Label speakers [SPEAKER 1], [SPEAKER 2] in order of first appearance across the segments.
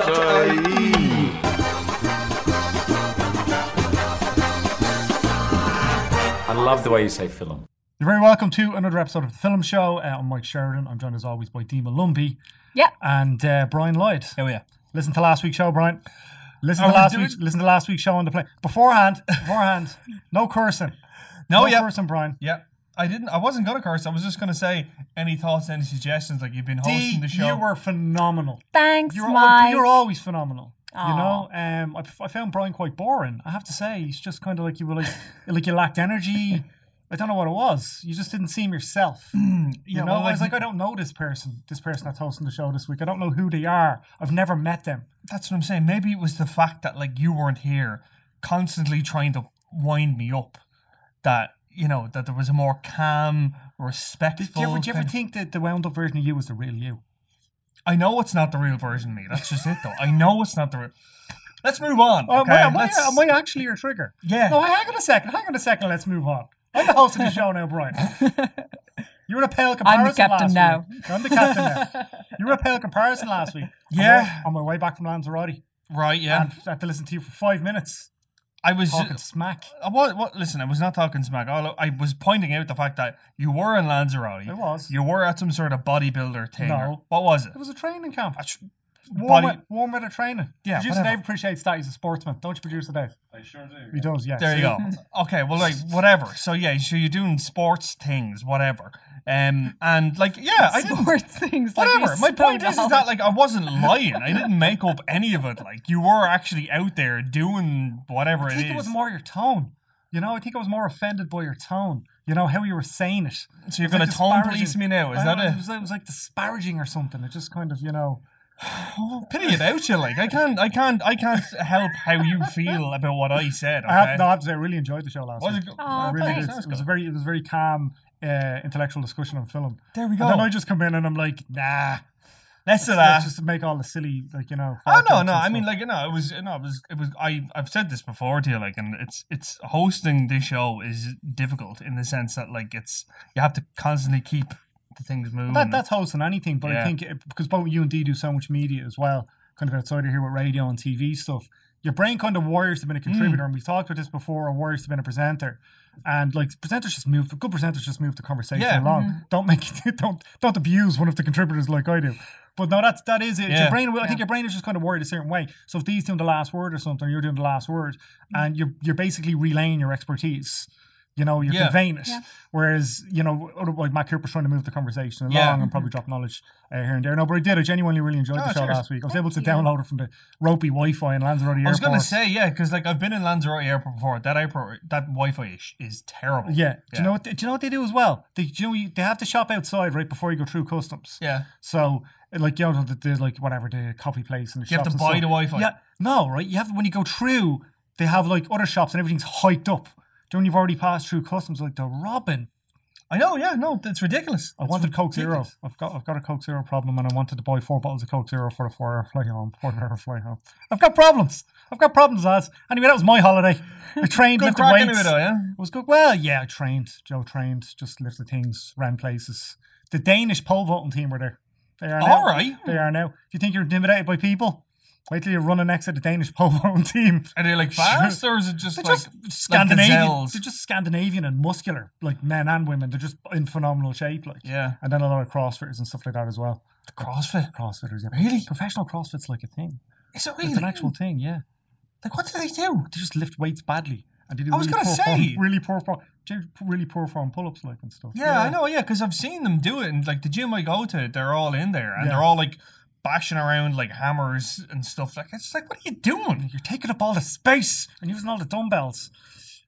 [SPEAKER 1] entertainment.ie.
[SPEAKER 2] I love the way you say film.
[SPEAKER 3] You're very welcome to another episode of the Film Show. Uh, I'm Mike Sheridan. I'm joined as always by Dima Lumpy
[SPEAKER 4] Yeah.
[SPEAKER 3] and uh, Brian Lloyd.
[SPEAKER 5] Oh yeah.
[SPEAKER 3] Listen to last week's show, Brian. Listen
[SPEAKER 5] Are
[SPEAKER 3] to
[SPEAKER 5] we
[SPEAKER 3] last
[SPEAKER 5] doing-
[SPEAKER 3] week's listen to last week's show on the plane. Beforehand, beforehand, no cursing.
[SPEAKER 5] No, yeah.
[SPEAKER 3] cursing, Brian.
[SPEAKER 5] Yeah. I didn't. I wasn't gonna curse. I was just gonna say any thoughts, any suggestions. Like you've been
[SPEAKER 3] D,
[SPEAKER 5] hosting the show.
[SPEAKER 3] you were phenomenal.
[SPEAKER 4] Thanks,
[SPEAKER 3] You're, al-
[SPEAKER 4] Mike.
[SPEAKER 3] you're always phenomenal. You
[SPEAKER 4] Aw.
[SPEAKER 3] know, um, I, f- I found Brian quite boring. I have to say, he's just kind of like you were like, like you lacked energy. I don't know what it was. You just didn't seem yourself.
[SPEAKER 5] yeah,
[SPEAKER 3] you know,
[SPEAKER 5] well,
[SPEAKER 3] I was like, I don't know this person, this person that's hosting the show this week. I don't know who they are. I've never met them.
[SPEAKER 5] that's what I'm saying. Maybe it was the fact that like you weren't here, constantly trying to wind me up. That you know that there was a more calm, respectful.
[SPEAKER 3] Did you ever, did you ever
[SPEAKER 5] kind of-
[SPEAKER 3] think that the wound up version of you was the real you?
[SPEAKER 5] I know it's not the real version of me. That's just it, though. I know it's not the real. Let's move on.
[SPEAKER 3] Oh,
[SPEAKER 5] okay?
[SPEAKER 3] am, I, am, I-
[SPEAKER 5] Let's-
[SPEAKER 3] am I actually your trigger?
[SPEAKER 5] Yeah.
[SPEAKER 3] No, hang on a second. Hang on a second. Let's move on. I'm the host of the show now, Brian. You were a pale comparison last
[SPEAKER 4] captain now.
[SPEAKER 3] Week. I'm the captain now. You were a pale comparison last week.
[SPEAKER 5] Yeah.
[SPEAKER 3] On my, on my way back from Lanzarote.
[SPEAKER 5] right. Yeah.
[SPEAKER 3] And I had to listen to you for five minutes
[SPEAKER 5] I was.
[SPEAKER 3] talking smack.
[SPEAKER 5] I was, Uh, what, listen, I was not talking smack. All I I was pointing out the fact that you were in Lanzarote.
[SPEAKER 3] I was.
[SPEAKER 5] You were at some sort of bodybuilder thing. or-
[SPEAKER 3] No.
[SPEAKER 5] What was it?
[SPEAKER 3] It was a training camp.
[SPEAKER 5] I tr-
[SPEAKER 3] Warm,
[SPEAKER 5] body-
[SPEAKER 3] we- warm weather training.
[SPEAKER 5] Yeah,
[SPEAKER 3] Producer
[SPEAKER 5] whatever.
[SPEAKER 3] Dave appreciates that. He's a sportsman. Don't you, Producer Dave? I sure do. He does, yes.
[SPEAKER 5] there you go. Okay, well, like, whatever. So, yeah, so you're doing sports things, whatever. Um, and, like, yeah, I didn't.
[SPEAKER 4] Sports things. like
[SPEAKER 5] Whatever.
[SPEAKER 4] you
[SPEAKER 5] My point
[SPEAKER 4] spelled
[SPEAKER 5] is, is
[SPEAKER 4] out.
[SPEAKER 5] that like I wasn't lying. I didn't make up any of it. Like you were actually out there doing whatever
[SPEAKER 3] I think
[SPEAKER 5] it
[SPEAKER 3] it
[SPEAKER 5] is.
[SPEAKER 3] was more your tone. You know, I think I was more offended by your tone. You know, how you were saying it.
[SPEAKER 5] so
[SPEAKER 3] It was
[SPEAKER 5] you're gonna
[SPEAKER 3] like
[SPEAKER 5] tone
[SPEAKER 3] disparaging.
[SPEAKER 5] police me now? Is
[SPEAKER 3] I
[SPEAKER 5] that
[SPEAKER 3] know,
[SPEAKER 5] it?
[SPEAKER 3] It was, it was like disparaging or something. It just kind of, you know.
[SPEAKER 5] Oh, pity about you. Like I can't, I can't, I can't help how you feel about what I said. Okay?
[SPEAKER 3] I have, no, I have to say, I really enjoyed the show last
[SPEAKER 5] Was
[SPEAKER 3] week.
[SPEAKER 5] it good? Oh,
[SPEAKER 3] I
[SPEAKER 4] Aw,
[SPEAKER 3] really
[SPEAKER 4] thanks.
[SPEAKER 3] did. It was a very, it was a very calm uh, intellectual discussion on film.
[SPEAKER 5] There we
[SPEAKER 3] And then
[SPEAKER 5] go.
[SPEAKER 3] I just come in and I'm like, nah,
[SPEAKER 5] Let's do
[SPEAKER 3] that's
[SPEAKER 5] that.
[SPEAKER 3] just to make all the silly, like you know.
[SPEAKER 5] Oh no,
[SPEAKER 3] fartants
[SPEAKER 5] no.
[SPEAKER 3] and
[SPEAKER 5] uh, I mean,
[SPEAKER 3] stuff.
[SPEAKER 5] like no, it was no, it was it was. I I've said this before to you, like, and it's it's hosting this show is difficult in the sense that like it's you have to constantly keep the things moving.
[SPEAKER 3] that, that's hosting anything, but I
[SPEAKER 5] Mm. Yeah.
[SPEAKER 3] think it, because both you and Dee do so much media as well, kind of outside of here with radio and TV stuff, your brain kind of wires to being a
[SPEAKER 5] Hmm.
[SPEAKER 3] contributor. And we've talked about this before, or wires to being a presenter. And like presenters just move, good presenters just move the conversation
[SPEAKER 5] Yeah. Mm-hmm.
[SPEAKER 3] along. Don't make don't don't abuse one of the contributors like I do. But no, that's that is it. Your
[SPEAKER 5] Yeah.
[SPEAKER 3] brain, will- I think your brain is just kind of wired a certain way. So if Dee's doing the last word or something, you're doing the last word,
[SPEAKER 5] Mm.
[SPEAKER 3] and you're you're basically relaying your expertise. You know, you're
[SPEAKER 5] Yeah.
[SPEAKER 3] conveying it.
[SPEAKER 4] Yeah.
[SPEAKER 3] Whereas, you know, other- like Matt Cooper's trying to move the conversation along
[SPEAKER 5] Yeah. Mm-hmm.
[SPEAKER 3] and probably drop knowledge uh, here and there. No, but I did. I genuinely really enjoyed the
[SPEAKER 5] Oh,
[SPEAKER 3] show
[SPEAKER 5] cheers.
[SPEAKER 3] last week. I was able to
[SPEAKER 4] you.
[SPEAKER 3] download it from the ropey Wi-Fi in Lanzarote Airport.
[SPEAKER 5] I was gonna say yeah, because like I've been in Lanzarote Airport before. That airport, that Wi-Fi is, is terrible.
[SPEAKER 3] Yeah. Do you know what? They, do you know what they do as well? They do. You know, they have to shop outside right before you go through customs.
[SPEAKER 5] Yeah.
[SPEAKER 3] So like you know the, the like whatever the coffee place and the
[SPEAKER 5] You have
[SPEAKER 3] shops
[SPEAKER 5] to
[SPEAKER 3] and
[SPEAKER 5] buy
[SPEAKER 3] stuff.
[SPEAKER 5] the Wi-Fi.
[SPEAKER 3] Yeah, no, right? You have when you go through, they have like other shops and everything's hyped up. Then when you've already passed through customs, like they're robbing.
[SPEAKER 5] I know. Yeah. No, it's ridiculous.
[SPEAKER 3] I
[SPEAKER 5] It's
[SPEAKER 3] wanted Coke Zero.
[SPEAKER 5] ridiculous.
[SPEAKER 3] I've got I've got a Coke Zero problem, and I wanted to buy four bottles of Coke Zero for a four hour flight home. Four hour flight home. I've got problems. I've got problems, lads. Anyway, that was my holiday. I trained,
[SPEAKER 5] Good
[SPEAKER 3] lifted
[SPEAKER 5] crack
[SPEAKER 3] weights.
[SPEAKER 5] anyway, though. Yeah.
[SPEAKER 3] It was good. Well, yeah, I trained. Joe trained. Just lifted things, ran places. The Danish pole vaulting team were there. They are now.
[SPEAKER 5] All right.
[SPEAKER 3] They are now. If you think you're intimidated by people, wait till you're running next to the Danish pole vaulting team.
[SPEAKER 5] Are they like fast or is it just
[SPEAKER 3] They're
[SPEAKER 5] like
[SPEAKER 3] just
[SPEAKER 5] like
[SPEAKER 3] Scandinavian.
[SPEAKER 5] gazelles?
[SPEAKER 3] they're just Scandinavian and muscular, like men and women. They're just in phenomenal shape, like.
[SPEAKER 5] yeah,
[SPEAKER 3] And then a lot of CrossFitters and stuff like that as well.
[SPEAKER 5] CrossFit.
[SPEAKER 3] CrossFitters, yeah.
[SPEAKER 5] Really?
[SPEAKER 3] Professional CrossFit's like a thing.
[SPEAKER 5] Is it
[SPEAKER 3] It's an actual thing, yeah.
[SPEAKER 5] Like, what do they do?
[SPEAKER 3] They just lift weights badly. And they do
[SPEAKER 5] I was
[SPEAKER 3] really
[SPEAKER 5] gonna
[SPEAKER 3] poor
[SPEAKER 5] say.
[SPEAKER 3] form, really poor form, do really poor form pull-ups, like and stuff.
[SPEAKER 5] Yeah, I know. Yeah, because I've seen them do it, and like the gym I go to, they're all in there, and
[SPEAKER 3] Yeah.
[SPEAKER 5] they're all like bashing around like hammers and stuff. Like, it's like, what are you doing?
[SPEAKER 3] You're taking up all the space and using all the dumbbells.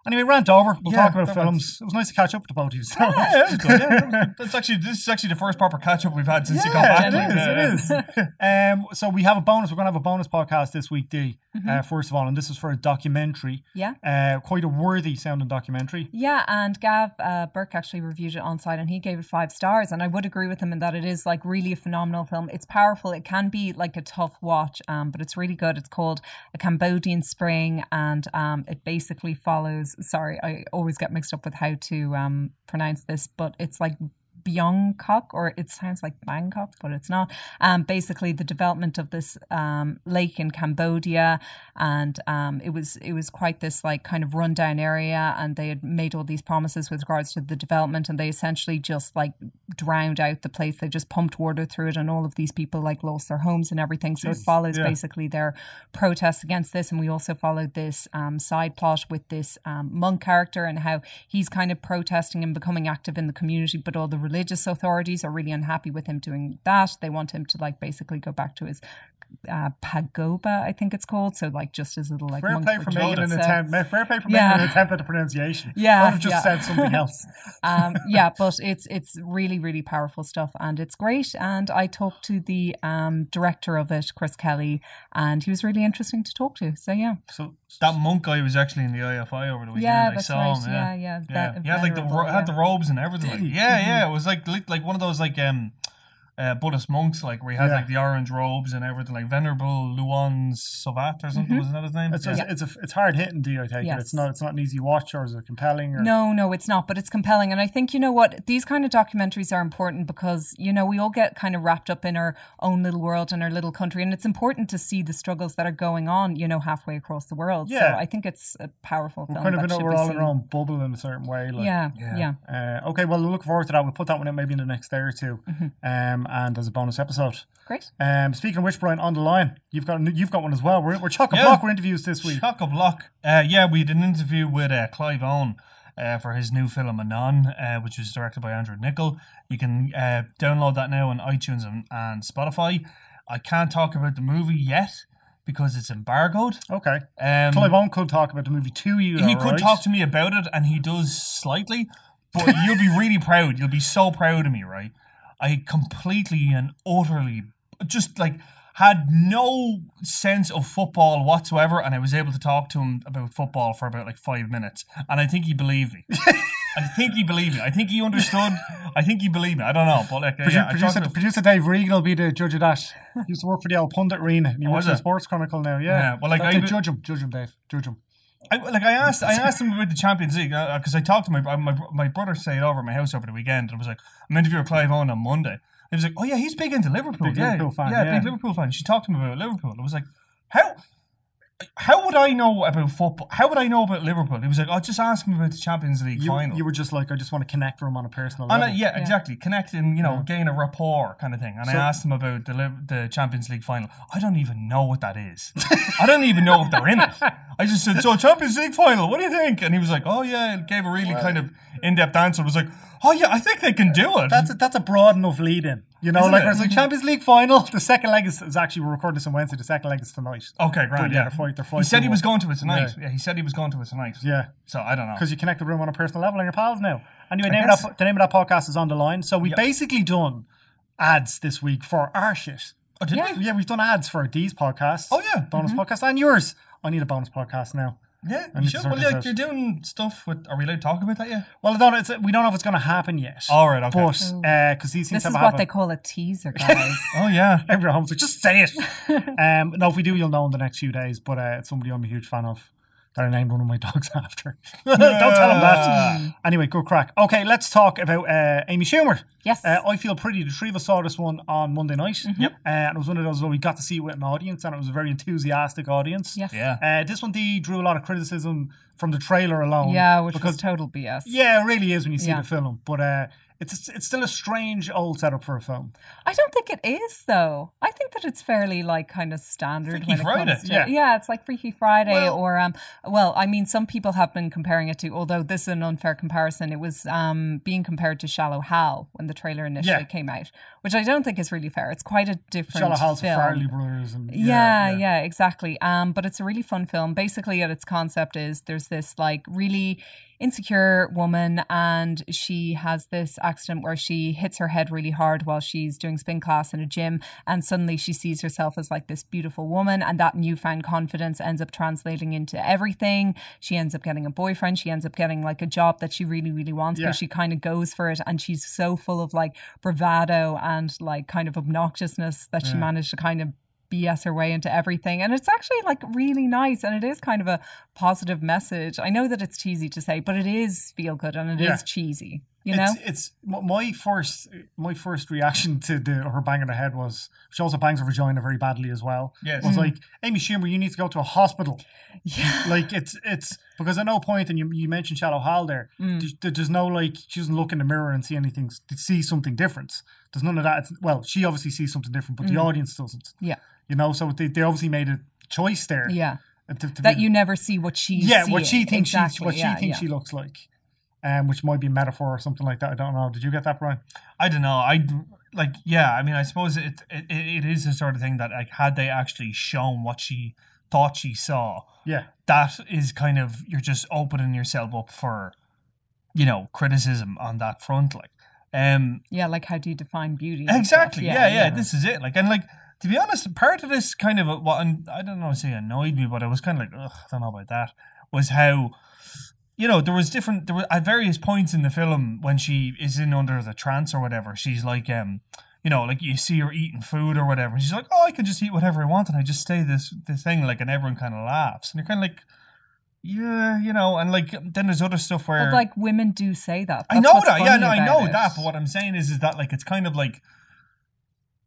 [SPEAKER 3] Anyway, rant over. We'll
[SPEAKER 5] Yeah,
[SPEAKER 3] talk about
[SPEAKER 5] that
[SPEAKER 3] films. It was nice to catch up with the both of you. so.
[SPEAKER 5] Yeah, that was good. Yeah, that's actually this is actually the first proper catch up we've had since you got
[SPEAKER 3] Yeah,
[SPEAKER 5] back.
[SPEAKER 3] it
[SPEAKER 5] like,
[SPEAKER 3] is,
[SPEAKER 5] yeah,
[SPEAKER 3] it
[SPEAKER 5] yeah.
[SPEAKER 3] is. um, so we have a bonus. We're going to have a bonus podcast this week, D.
[SPEAKER 5] Mm-hmm.
[SPEAKER 3] Uh, first of all, and this is for a documentary.
[SPEAKER 4] Yeah.
[SPEAKER 3] Uh, quite a worthy sounding documentary.
[SPEAKER 4] Yeah, and Gav uh, Burke actually reviewed it on site and he gave it five stars. And I would agree with him in that it is like really a phenomenal film. It's powerful. It can be like a tough watch, um, but it's really good. It's called A Cambodian Spring and um, it basically follows. Sorry, I always get mixed up with how to um, pronounce this, but it's like Bangkok, or it sounds like Bangkok, but it's not. Um, basically, the development of this um, lake in Cambodia, and um, it was it was quite this like kind of rundown area, and they had made all these promises with regards to the development, and they essentially just like drowned out the place. They just pumped water through it, and all of these people like lost their homes and everything. So it follows
[SPEAKER 3] yeah.
[SPEAKER 4] basically their protests against this, and we also followed this um, side plot with this um, monk character and how he's kind of protesting and becoming active in the community, but all the religious authorities are really unhappy with him doing that. They want him to like basically go back to his uh, pagoba, I think it's called. So like just his little like
[SPEAKER 3] Fair
[SPEAKER 4] monk
[SPEAKER 3] play for
[SPEAKER 4] retreat.
[SPEAKER 3] making an
[SPEAKER 4] So-
[SPEAKER 3] attempt. Fair play for making
[SPEAKER 4] Yeah.
[SPEAKER 3] an attempt at the pronunciation.
[SPEAKER 4] Yeah,
[SPEAKER 3] I would have just
[SPEAKER 4] yeah.
[SPEAKER 3] said something else.
[SPEAKER 4] um, yeah, but it's it's really really powerful stuff, and it's great. And I talked to the um, director of it, Chris Kelly, and he was really interesting to talk to. So yeah,
[SPEAKER 5] So that monk guy was actually in the IFI over the weekend.
[SPEAKER 4] yeah,
[SPEAKER 5] I
[SPEAKER 4] that's
[SPEAKER 5] saw
[SPEAKER 4] right.
[SPEAKER 5] him.
[SPEAKER 4] Yeah, yeah,
[SPEAKER 5] Yeah,
[SPEAKER 4] that
[SPEAKER 5] he had like the
[SPEAKER 4] venerable,
[SPEAKER 5] ro-
[SPEAKER 4] yeah.
[SPEAKER 5] had the robes and everything. like- yeah, yeah, it was like lit- like one of those like um, uh, Buddhist monks like where he had
[SPEAKER 3] Yeah.
[SPEAKER 5] like the orange robes and everything. Like venerable Luan Savat or something wasn't that his name?
[SPEAKER 3] It's,
[SPEAKER 5] yeah.
[SPEAKER 3] it's, it's a it's hard hitting. Do you I take it?
[SPEAKER 4] Yes.
[SPEAKER 3] It's not it's not an easy watch or is it compelling? Or,
[SPEAKER 4] No, no, it's not, but it's compelling. And I think, you know what, these kind of documentaries are important because, you know, we all get kind of wrapped up in our own little world and our little country. And it's important to see the struggles that are going on, you know, halfway across the world.
[SPEAKER 3] Yeah.
[SPEAKER 4] So I think it's a powerful
[SPEAKER 3] we're
[SPEAKER 4] film.
[SPEAKER 3] kind of
[SPEAKER 4] that
[SPEAKER 3] in,
[SPEAKER 4] should
[SPEAKER 3] we're
[SPEAKER 4] be
[SPEAKER 3] all in
[SPEAKER 4] seen.
[SPEAKER 3] our own bubble in a certain way. Like,
[SPEAKER 4] yeah,
[SPEAKER 5] Yeah.
[SPEAKER 4] yeah,
[SPEAKER 3] Uh, okay, well, we'll look forward to that. We'll put that one out maybe in the next day or 2
[SPEAKER 4] Mm-hmm.
[SPEAKER 3] um, and as a bonus episode.
[SPEAKER 4] Great.
[SPEAKER 3] Um, speaking of which, Brian, on the line, you've got you've got one as well. We're we're chock a
[SPEAKER 5] Yeah.
[SPEAKER 3] block. We're interviews this week.
[SPEAKER 5] Chock a block. Uh, yeah, we did an interview with uh, Clive Owen uh, for his new film Anon, uh, which was directed by Andrew Nichol. You can uh, download that now on iTunes and, and Spotify. I can't talk about the movie yet because it's embargoed.
[SPEAKER 3] Okay,
[SPEAKER 5] Um,
[SPEAKER 3] Clive Owen could talk about the movie to you.
[SPEAKER 5] he
[SPEAKER 3] though,
[SPEAKER 5] could
[SPEAKER 3] right?
[SPEAKER 5] talk to me about it, and he does slightly, but you'll be really proud. You'll be so proud of me, right? I completely and utterly just like had no sense of football whatsoever, and I was able to talk to him about football for about like five minutes, and I think he believed me. I think he believed me. I think he understood. I think he believed me. I don't know, but like,
[SPEAKER 3] Produ-
[SPEAKER 5] yeah, I talked
[SPEAKER 3] producer,
[SPEAKER 5] about-
[SPEAKER 3] producer Dave Regan will be the judge of that. He used to work for the old pundit arena. He
[SPEAKER 5] Oh,
[SPEAKER 3] works
[SPEAKER 5] is
[SPEAKER 3] in the
[SPEAKER 5] it?
[SPEAKER 3] Sports Chronicle now. Yeah.
[SPEAKER 5] Yeah, well, like,
[SPEAKER 3] Okay,
[SPEAKER 5] I-
[SPEAKER 3] judge him, judge him, Dave, judge him.
[SPEAKER 5] I, like I asked, I asked him about the Champions League because I talked to my, my my brother stayed over at my house over the weekend and was like, I'm interviewing Clive Owen on Monday. He was like, Oh yeah, he's big into Liverpool.
[SPEAKER 3] Big
[SPEAKER 5] yeah,
[SPEAKER 3] Liverpool fan, yeah.
[SPEAKER 5] big Liverpool fan. She talked to him about Liverpool. I was like, How how would I know about football? How would I know about Liverpool? He was like, Oh, just ask him about the Champions League
[SPEAKER 3] You,
[SPEAKER 5] final.
[SPEAKER 3] you were just like, I just want to connect with him on a personal
[SPEAKER 5] and
[SPEAKER 3] level.
[SPEAKER 5] I, Oh, yeah, exactly. Connecting, you know, gain a rapport kind of thing. And
[SPEAKER 3] So-
[SPEAKER 5] I asked him about the Liv- the Champions League final. I don't even know what that is. I don't even know if they're in it. I just said, "So Champions League final, what do you think?" And he was like, "Oh yeah," and gave a really kind of in depth answer. Was like, "Oh yeah, I think they can do it."
[SPEAKER 3] That's a, that's a broad enough lead in. You know,
[SPEAKER 5] Isn't
[SPEAKER 3] like
[SPEAKER 5] it?
[SPEAKER 3] where it's like Champions League final. Mm-hmm. The second leg is, is actually we're recording this on Wednesday. The second leg is tonight.
[SPEAKER 5] okay, grand.
[SPEAKER 3] yeah,
[SPEAKER 5] Yeah,
[SPEAKER 3] they're fight- they're
[SPEAKER 5] he said he
[SPEAKER 3] fighting
[SPEAKER 5] was
[SPEAKER 3] one.
[SPEAKER 5] going to it tonight. Yeah. he said he was going to it tonight.
[SPEAKER 3] Yeah,
[SPEAKER 5] So I don't know.
[SPEAKER 3] because you connect with everyone on a personal level and your pals now. Anyway,
[SPEAKER 5] I
[SPEAKER 3] name of
[SPEAKER 5] guess.
[SPEAKER 3] that, the name of that podcast is on the line. So we've
[SPEAKER 5] Yep.
[SPEAKER 3] basically done ads this week for our shit.
[SPEAKER 5] Oh, did
[SPEAKER 4] Yeah.
[SPEAKER 5] we?
[SPEAKER 3] Yeah, we've done ads for these podcasts.
[SPEAKER 5] Oh, yeah.
[SPEAKER 3] bonus podcast and yours. I need a bonus podcast now.
[SPEAKER 5] Yeah,
[SPEAKER 3] I need
[SPEAKER 5] you
[SPEAKER 3] to
[SPEAKER 5] should.
[SPEAKER 3] sort
[SPEAKER 5] Well,
[SPEAKER 3] this
[SPEAKER 5] like,
[SPEAKER 3] out.
[SPEAKER 5] you're doing stuff with. Are we allowed to talk about that yet?
[SPEAKER 3] Well, I don't. It's, we don't know if it's going to happen yet.
[SPEAKER 5] All right. Okay.
[SPEAKER 3] But because
[SPEAKER 4] Ooh.
[SPEAKER 3] these things
[SPEAKER 4] Oh. This
[SPEAKER 3] have
[SPEAKER 4] is
[SPEAKER 3] happened.
[SPEAKER 4] what they call a teaser, guys.
[SPEAKER 5] oh yeah.
[SPEAKER 3] Everyone home's like, just say it. um, no, if we do, you'll know in the next few days. But uh, it's somebody I'm a huge fan of that I named one of my dogs after. Don't tell them that. Anyway, good crack. Okay, let's talk about uh, Amy Schumer.
[SPEAKER 4] Yes.
[SPEAKER 3] Uh, I feel pretty. The three of us saw this one on Monday night.
[SPEAKER 5] Mm-hmm.
[SPEAKER 3] Yep. Uh, and it was one of those where we got to see it with an audience, and it was a very enthusiastic audience.
[SPEAKER 4] yes.
[SPEAKER 5] Yeah.
[SPEAKER 3] Uh, this one, D drew a lot of criticism from the trailer alone.
[SPEAKER 4] Yeah, which
[SPEAKER 3] oh, because
[SPEAKER 4] was total BS.
[SPEAKER 3] yeah, it really is when you see
[SPEAKER 4] Yeah.
[SPEAKER 3] the film. But uh, it's it's still a strange old setup for a film.
[SPEAKER 4] I don't think it is though. I think that it's fairly like kind of standard
[SPEAKER 5] Freaky
[SPEAKER 4] when it
[SPEAKER 5] Friday,
[SPEAKER 4] comes to
[SPEAKER 3] yeah.
[SPEAKER 4] it's like Freaky Friday
[SPEAKER 5] Well-
[SPEAKER 4] or um well, I mean some people have been comparing it to although this is an unfair comparison, it was um being compared to Shallow Hal when the trailer initially
[SPEAKER 3] Yeah.
[SPEAKER 4] came out, which I don't think is really fair. It's quite a different
[SPEAKER 3] Shallow House,
[SPEAKER 4] film.
[SPEAKER 3] Farley Brothers, and
[SPEAKER 4] Yeah, yeah, exactly. Um, but it's a really fun film. Basically, at its concept is there's this like really insecure woman, and she has this accident where she hits her head really hard while she's doing spin class in a gym, and suddenly she sees herself as like this beautiful woman, and that newfound confidence ends up translating into everything. She ends up getting a boyfriend. She ends up getting like a job that she really, really wants,
[SPEAKER 3] Yeah.
[SPEAKER 4] but she kind of goes for it, and she's Mm. so full of like bravado and like kind of obnoxiousness that she managed to kind of BS her way into everything. And it's actually like really nice. And it is kind of a positive message. I know that it's cheesy to say, but it is feel good and it is
[SPEAKER 3] Yeah.
[SPEAKER 4] cheesy, you know?
[SPEAKER 3] It's, it's m- my first my first reaction to the her banging her head was she also bangs her vagina very badly as well.
[SPEAKER 5] Yes.
[SPEAKER 4] Mm-hmm.
[SPEAKER 3] was like Amy Schumer, you need to go to a hospital.
[SPEAKER 5] e-,
[SPEAKER 4] yeah.
[SPEAKER 3] Like it's it's because at no point, and you you mentioned Shallow Hal there.
[SPEAKER 4] Mm.
[SPEAKER 3] There's, there- there's no like she doesn't look in the mirror and see anything to see something different. There's none of that. It's, well, she obviously sees something different, but the
[SPEAKER 4] Mm.
[SPEAKER 3] audience doesn't.
[SPEAKER 4] Yeah.
[SPEAKER 3] you know. So they, they obviously made a choice there.
[SPEAKER 4] Yeah.
[SPEAKER 3] uh, to- to
[SPEAKER 4] That
[SPEAKER 3] be-
[SPEAKER 4] you never see what she's
[SPEAKER 3] yeah
[SPEAKER 4] seeing.
[SPEAKER 3] what she thinks she's,
[SPEAKER 4] exactly.
[SPEAKER 3] what
[SPEAKER 4] yeah,
[SPEAKER 3] she thinks
[SPEAKER 4] yeah.
[SPEAKER 3] she looks like, um, which might be a metaphor or something like that. I don't know. Did you get that, Brian?
[SPEAKER 5] I don't know. I like yeah. I mean, I suppose it it, it is the sort of thing that like had they actually shown what she thought she saw,
[SPEAKER 3] Yeah,
[SPEAKER 5] that is kind of you're just opening yourself up for, you know, criticism on that front. Like, um,
[SPEAKER 4] Yeah, like how do you define beauty? and stuff.
[SPEAKER 5] exactly. Yeah, yeah. This is it. Like, and like to be honest, part of this kind of uh, what and I don't know, say annoyed me, but I was kind of like, ugh, I don't know about that. Was how. You know, there was different. There were at various points in the film when she is in under the trance or whatever. She's like, um, you know, like you see her eating food or whatever. And she's like, "Oh, I can just eat whatever I want," and I just say this this thing like, and everyone kind of laughs. And you're kind of like, "Yeah, you know." And like, then there's other stuff where
[SPEAKER 4] But like women do say that.
[SPEAKER 5] I
[SPEAKER 4] That's
[SPEAKER 5] know
[SPEAKER 4] what's
[SPEAKER 5] that. Yeah,
[SPEAKER 4] funny
[SPEAKER 5] no, I
[SPEAKER 4] about
[SPEAKER 5] know
[SPEAKER 4] it.
[SPEAKER 5] that. But what I'm saying is, is that like it's kind of like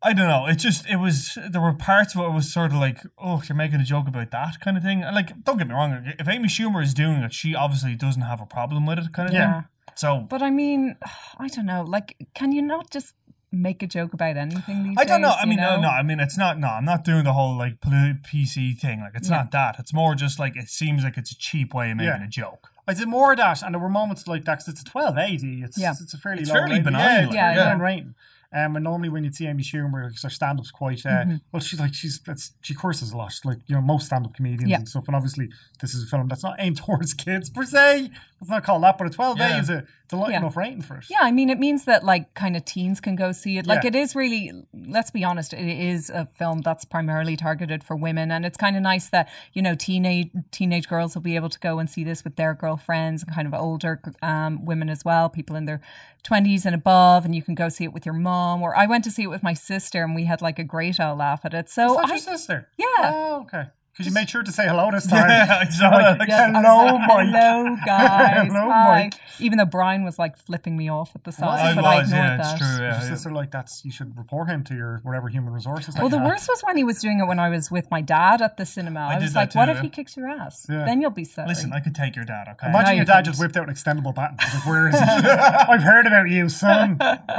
[SPEAKER 5] I don't know. It's just it was there were parts where it was sort of like, oh, you're making a joke about that kind of thing. And like, don't get me wrong. If Amy Schumer is doing it, she obviously doesn't have a problem with it, kind of
[SPEAKER 3] Yeah.
[SPEAKER 5] thing. So
[SPEAKER 4] But I mean, I don't know. Like, can you not just make a joke about anything these
[SPEAKER 5] I don't know.
[SPEAKER 4] days,
[SPEAKER 5] I
[SPEAKER 4] you
[SPEAKER 5] mean, no, no. I mean, it's not. No, I'm not doing the whole like poli- PC thing. Like, it's
[SPEAKER 4] Yeah.
[SPEAKER 5] not that. It's more just like it seems like it's a cheap way of making
[SPEAKER 3] Yeah.
[SPEAKER 5] a joke.
[SPEAKER 3] I did more of that, and there were moments like that 'cause it's a twelve eighty. It's
[SPEAKER 4] Yeah.
[SPEAKER 3] it's a fairly
[SPEAKER 5] It's
[SPEAKER 3] low
[SPEAKER 5] fairly
[SPEAKER 3] rating.
[SPEAKER 5] benign,
[SPEAKER 3] Yeah, it's
[SPEAKER 5] like,
[SPEAKER 3] yeah,
[SPEAKER 4] yeah.
[SPEAKER 3] benign rating. Um, and normally when you see Amy Schumer, because her stand up's quite uh,
[SPEAKER 4] Mhm.
[SPEAKER 3] well, she's like she's that's she curses a lot, she's like you know most stand up comedians
[SPEAKER 4] Yeah.
[SPEAKER 3] and stuff. And obviously this is a film that's not aimed towards kids per se. Let's not call that, but a twelve
[SPEAKER 5] Yeah.
[SPEAKER 3] A is a it's a light
[SPEAKER 4] Yeah.
[SPEAKER 3] enough rating for it.
[SPEAKER 4] Yeah, I mean, it means that like kind of teens can go see it. Like,
[SPEAKER 3] Yeah.
[SPEAKER 4] it is really, let's be honest, it is a film that's primarily targeted for women, and it's kind of nice that you know teenage teenage girls will be able to go and see this with their girlfriends and kind of older um, women as well, people in their twenties and above, and you can go see it with your mom. Or I went to see it with my sister, and we had like a great old laugh at it. So
[SPEAKER 3] Is that
[SPEAKER 4] I,
[SPEAKER 3] your sister?
[SPEAKER 4] yeah.
[SPEAKER 3] Oh, okay. Because you made sure to say hello this time.
[SPEAKER 5] Yeah, I saw
[SPEAKER 3] Like,
[SPEAKER 5] that.
[SPEAKER 4] Yes, I was
[SPEAKER 3] Hello,
[SPEAKER 4] like,
[SPEAKER 3] Mike.
[SPEAKER 4] Hello, guys.
[SPEAKER 3] Hello,
[SPEAKER 4] Hi.
[SPEAKER 3] Mike.
[SPEAKER 4] Even though Brian was like flipping me off at the side,
[SPEAKER 5] I
[SPEAKER 4] but I
[SPEAKER 5] was. "Oh,
[SPEAKER 4] ignored
[SPEAKER 5] Yeah,
[SPEAKER 4] that.
[SPEAKER 5] it's true.
[SPEAKER 3] Your
[SPEAKER 5] Yeah, yeah.
[SPEAKER 3] sister like that's you should report him to your whatever human resources.
[SPEAKER 4] Well,
[SPEAKER 3] that
[SPEAKER 4] Oh,
[SPEAKER 3] you
[SPEAKER 4] the
[SPEAKER 3] have.
[SPEAKER 4] worst was when he was doing it when I was with my dad at the cinema. I,
[SPEAKER 5] did
[SPEAKER 4] was
[SPEAKER 5] that
[SPEAKER 4] like,
[SPEAKER 5] too,
[SPEAKER 4] "What if
[SPEAKER 5] yeah.
[SPEAKER 4] he kicks your ass?
[SPEAKER 3] Yeah.
[SPEAKER 4] Then you'll be sorry."
[SPEAKER 5] Listen, I could take your dad. Okay.
[SPEAKER 4] Now
[SPEAKER 3] Imagine
[SPEAKER 4] you
[SPEAKER 3] your dad
[SPEAKER 4] couldn't.
[SPEAKER 3] just whipped out an extendable bat. and was Like, where is he? I've heard about you, son.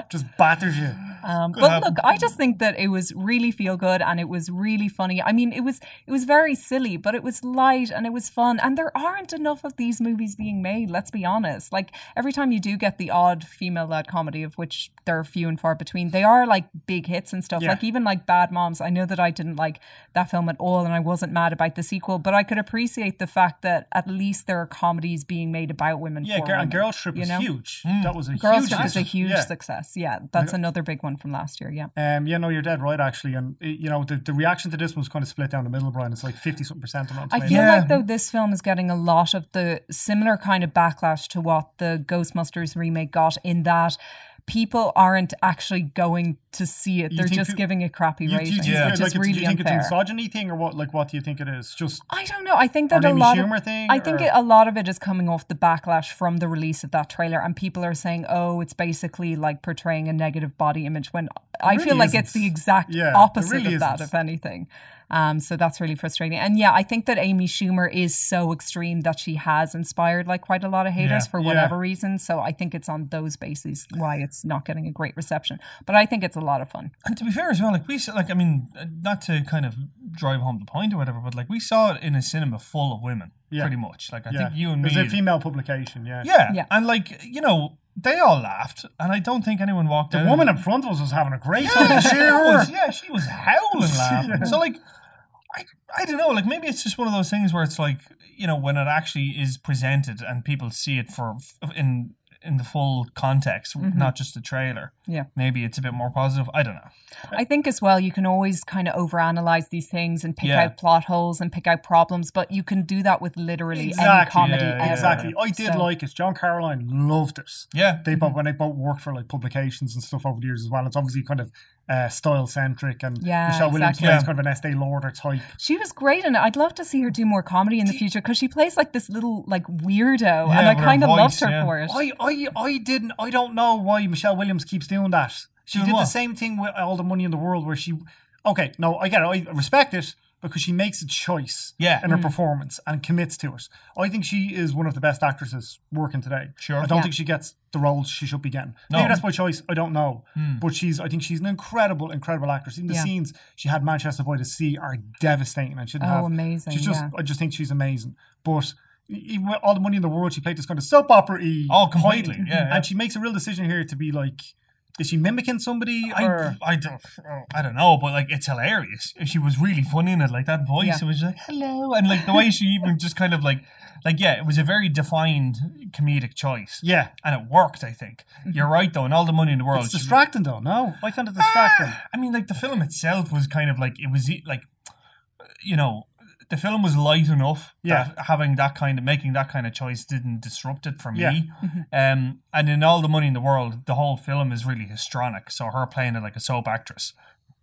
[SPEAKER 3] Just batters you.
[SPEAKER 4] Um,
[SPEAKER 5] Could
[SPEAKER 4] but
[SPEAKER 5] happen.
[SPEAKER 4] look, I just think that it was really feel good and it was really funny. I mean, it was it was very silly, but it was light and it was fun. And there aren't enough of these movies being made. Let's be honest. Like every time you do get the odd female led comedy, of which there are few and far between, they are like big hits and stuff.
[SPEAKER 3] Yeah.
[SPEAKER 4] Like even like Bad Moms. I know that I didn't like that film at all, and I wasn't mad about the sequel, but I could appreciate the fact that at least there are comedies being made about women.
[SPEAKER 3] Yeah,
[SPEAKER 4] for
[SPEAKER 3] girl,
[SPEAKER 4] women.
[SPEAKER 3] and Girl Trip
[SPEAKER 4] you
[SPEAKER 3] was
[SPEAKER 4] know?
[SPEAKER 3] huge.
[SPEAKER 5] Mm.
[SPEAKER 3] That was a
[SPEAKER 4] Girl
[SPEAKER 3] huge.
[SPEAKER 4] Trip is a
[SPEAKER 3] hit.
[SPEAKER 4] huge
[SPEAKER 3] Yeah.
[SPEAKER 4] success. Yeah, that's another big one from last year. Yeah.
[SPEAKER 3] Um, yeah, no, you're dead right, actually. And, uh, you know, the, the reaction to this was kind of split down the middle, Brian. It's like 50 something percent on
[SPEAKER 4] I
[SPEAKER 3] Rotten
[SPEAKER 4] feel
[SPEAKER 3] Tomatoes.
[SPEAKER 5] Yeah.
[SPEAKER 4] like though this film is getting a lot of the similar kind of backlash to what the Ghostbusters remake got in that people aren't actually going to see it.
[SPEAKER 3] You
[SPEAKER 4] They're
[SPEAKER 3] think
[SPEAKER 4] just
[SPEAKER 3] peop-
[SPEAKER 4] giving it crappy
[SPEAKER 3] You- you
[SPEAKER 4] ratings,
[SPEAKER 3] think it's-
[SPEAKER 4] which
[SPEAKER 3] like,
[SPEAKER 4] is
[SPEAKER 3] it's- do
[SPEAKER 4] really
[SPEAKER 3] you think
[SPEAKER 4] unfair.
[SPEAKER 3] it's a misogyny thing or what? Like, what do you think it is? Just
[SPEAKER 4] I don't know. I think
[SPEAKER 3] an
[SPEAKER 4] that a
[SPEAKER 3] Amy
[SPEAKER 4] lot of
[SPEAKER 3] Schumer thing,
[SPEAKER 4] I think
[SPEAKER 3] or-
[SPEAKER 4] it, a lot of it is coming off the backlash from the release of that trailer, and people are saying, "Oh, it's basically like portraying a negative body image." When I feel
[SPEAKER 3] really
[SPEAKER 4] like it's
[SPEAKER 3] isn't.
[SPEAKER 4] the exact
[SPEAKER 3] Yeah, it
[SPEAKER 4] opposite
[SPEAKER 3] really
[SPEAKER 4] of that,
[SPEAKER 3] isn't.
[SPEAKER 4] if anything. Um, so that's really frustrating. And yeah, I think that Amy Schumer is so extreme that she has inspired like quite a lot of haters
[SPEAKER 5] Yeah.
[SPEAKER 4] for
[SPEAKER 3] Yeah.
[SPEAKER 4] whatever reason. So I think it's on those bases why it's not getting a great reception. But I think it's a lot of fun.
[SPEAKER 5] And to be fair as well, like we saw, like I mean, uh, not to kind of drive home the point or whatever, but like we saw it in a cinema full of women,
[SPEAKER 3] Yeah.
[SPEAKER 5] pretty much. Like I
[SPEAKER 3] yeah.
[SPEAKER 5] think you and
[SPEAKER 3] it
[SPEAKER 5] me,
[SPEAKER 3] was a female publication, yeah.
[SPEAKER 5] yeah.
[SPEAKER 4] Yeah.
[SPEAKER 5] and like you know, they all laughed, and I don't think anyone walked.
[SPEAKER 3] The
[SPEAKER 5] out
[SPEAKER 3] woman in front of us was having a great
[SPEAKER 5] yeah,
[SPEAKER 3] time.
[SPEAKER 5] she
[SPEAKER 3] Sure.
[SPEAKER 5] was, yeah, she was howling laughing.
[SPEAKER 3] Yeah.
[SPEAKER 5] So like, I I don't know, like maybe it's just one of those things where it's like you know when it actually is presented and people see it for in in the full context, not just the trailer.
[SPEAKER 4] Yeah.
[SPEAKER 5] Maybe it's a bit more positive. I don't know.
[SPEAKER 4] I think as well, you can always kind of overanalyze these things and pick
[SPEAKER 5] Yeah.
[SPEAKER 4] out plot holes and pick out problems, but you can do that with literally any comedy
[SPEAKER 5] yeah,
[SPEAKER 4] ever.
[SPEAKER 3] exactly. I did
[SPEAKER 4] So- Mm-hmm.
[SPEAKER 3] like it. John Caroline loved it.
[SPEAKER 5] Yeah.
[SPEAKER 3] They both when they both worked for like publications and stuff over the years as well. It's obviously kind of uh, style centric and
[SPEAKER 4] Yeah,
[SPEAKER 3] Michelle Williams
[SPEAKER 4] exactly.
[SPEAKER 3] plays
[SPEAKER 5] Yeah.
[SPEAKER 3] kind of an Estee Lauder type.
[SPEAKER 4] She was great in it. I'd love to see her do more comedy in the future because she plays like this little like weirdo, and I
[SPEAKER 5] with her
[SPEAKER 4] kind of loved
[SPEAKER 5] voice,
[SPEAKER 4] her
[SPEAKER 5] yeah.
[SPEAKER 4] for it.
[SPEAKER 3] I, I I didn't I don't know why Michelle Williams keeps doing that. She
[SPEAKER 5] Doing
[SPEAKER 3] did the
[SPEAKER 5] what?
[SPEAKER 3] same thing with all the money in the world where she okay, no, I get it, I respect it because she makes a choice
[SPEAKER 5] Yeah. Mm.
[SPEAKER 3] in her performance and commits to it. I think she is one of the best actresses working today.
[SPEAKER 5] Sure.
[SPEAKER 3] I don't
[SPEAKER 4] Yeah.
[SPEAKER 3] think she gets the roles she should be getting.
[SPEAKER 5] No. Hmm.
[SPEAKER 3] Maybe that's by choice, I don't know. But she's I think she's an incredible, incredible actress. Even the
[SPEAKER 4] Yeah.
[SPEAKER 3] scenes she had Manchester by the Sea are devastating and she didn't
[SPEAKER 4] Oh,
[SPEAKER 3] have
[SPEAKER 4] amazing,
[SPEAKER 3] She's just
[SPEAKER 4] yeah.
[SPEAKER 3] I just think she's amazing. But even with all the money in the world, she played this kind of soap opera
[SPEAKER 5] Oh, completely. Yeah, yeah.
[SPEAKER 3] And she makes a real decision here to be like, is she mimicking somebody?
[SPEAKER 5] I,
[SPEAKER 3] or-
[SPEAKER 5] I don't I don't know, but like it's hilarious. She was really funny in it, like that voice.
[SPEAKER 4] Yeah.
[SPEAKER 5] It was like hello, and like the way she even just kind of like, like yeah, it was a very defined comedic choice.
[SPEAKER 3] yeah.
[SPEAKER 5] and it worked. I think you're right though, and all the money in the world.
[SPEAKER 3] It's
[SPEAKER 5] she- Ah!
[SPEAKER 3] distracting though, no? I found it distracting.
[SPEAKER 5] I mean, like the film itself was kind of like it was e- like, you know, the film was light enough
[SPEAKER 3] Yeah.
[SPEAKER 5] that having that kind of making that kind of choice didn't disrupt it for me.
[SPEAKER 3] Yeah. Mm-hmm.
[SPEAKER 5] Um, and in all the money in the world, the whole film is really histrionic. So her playing it like a soap actress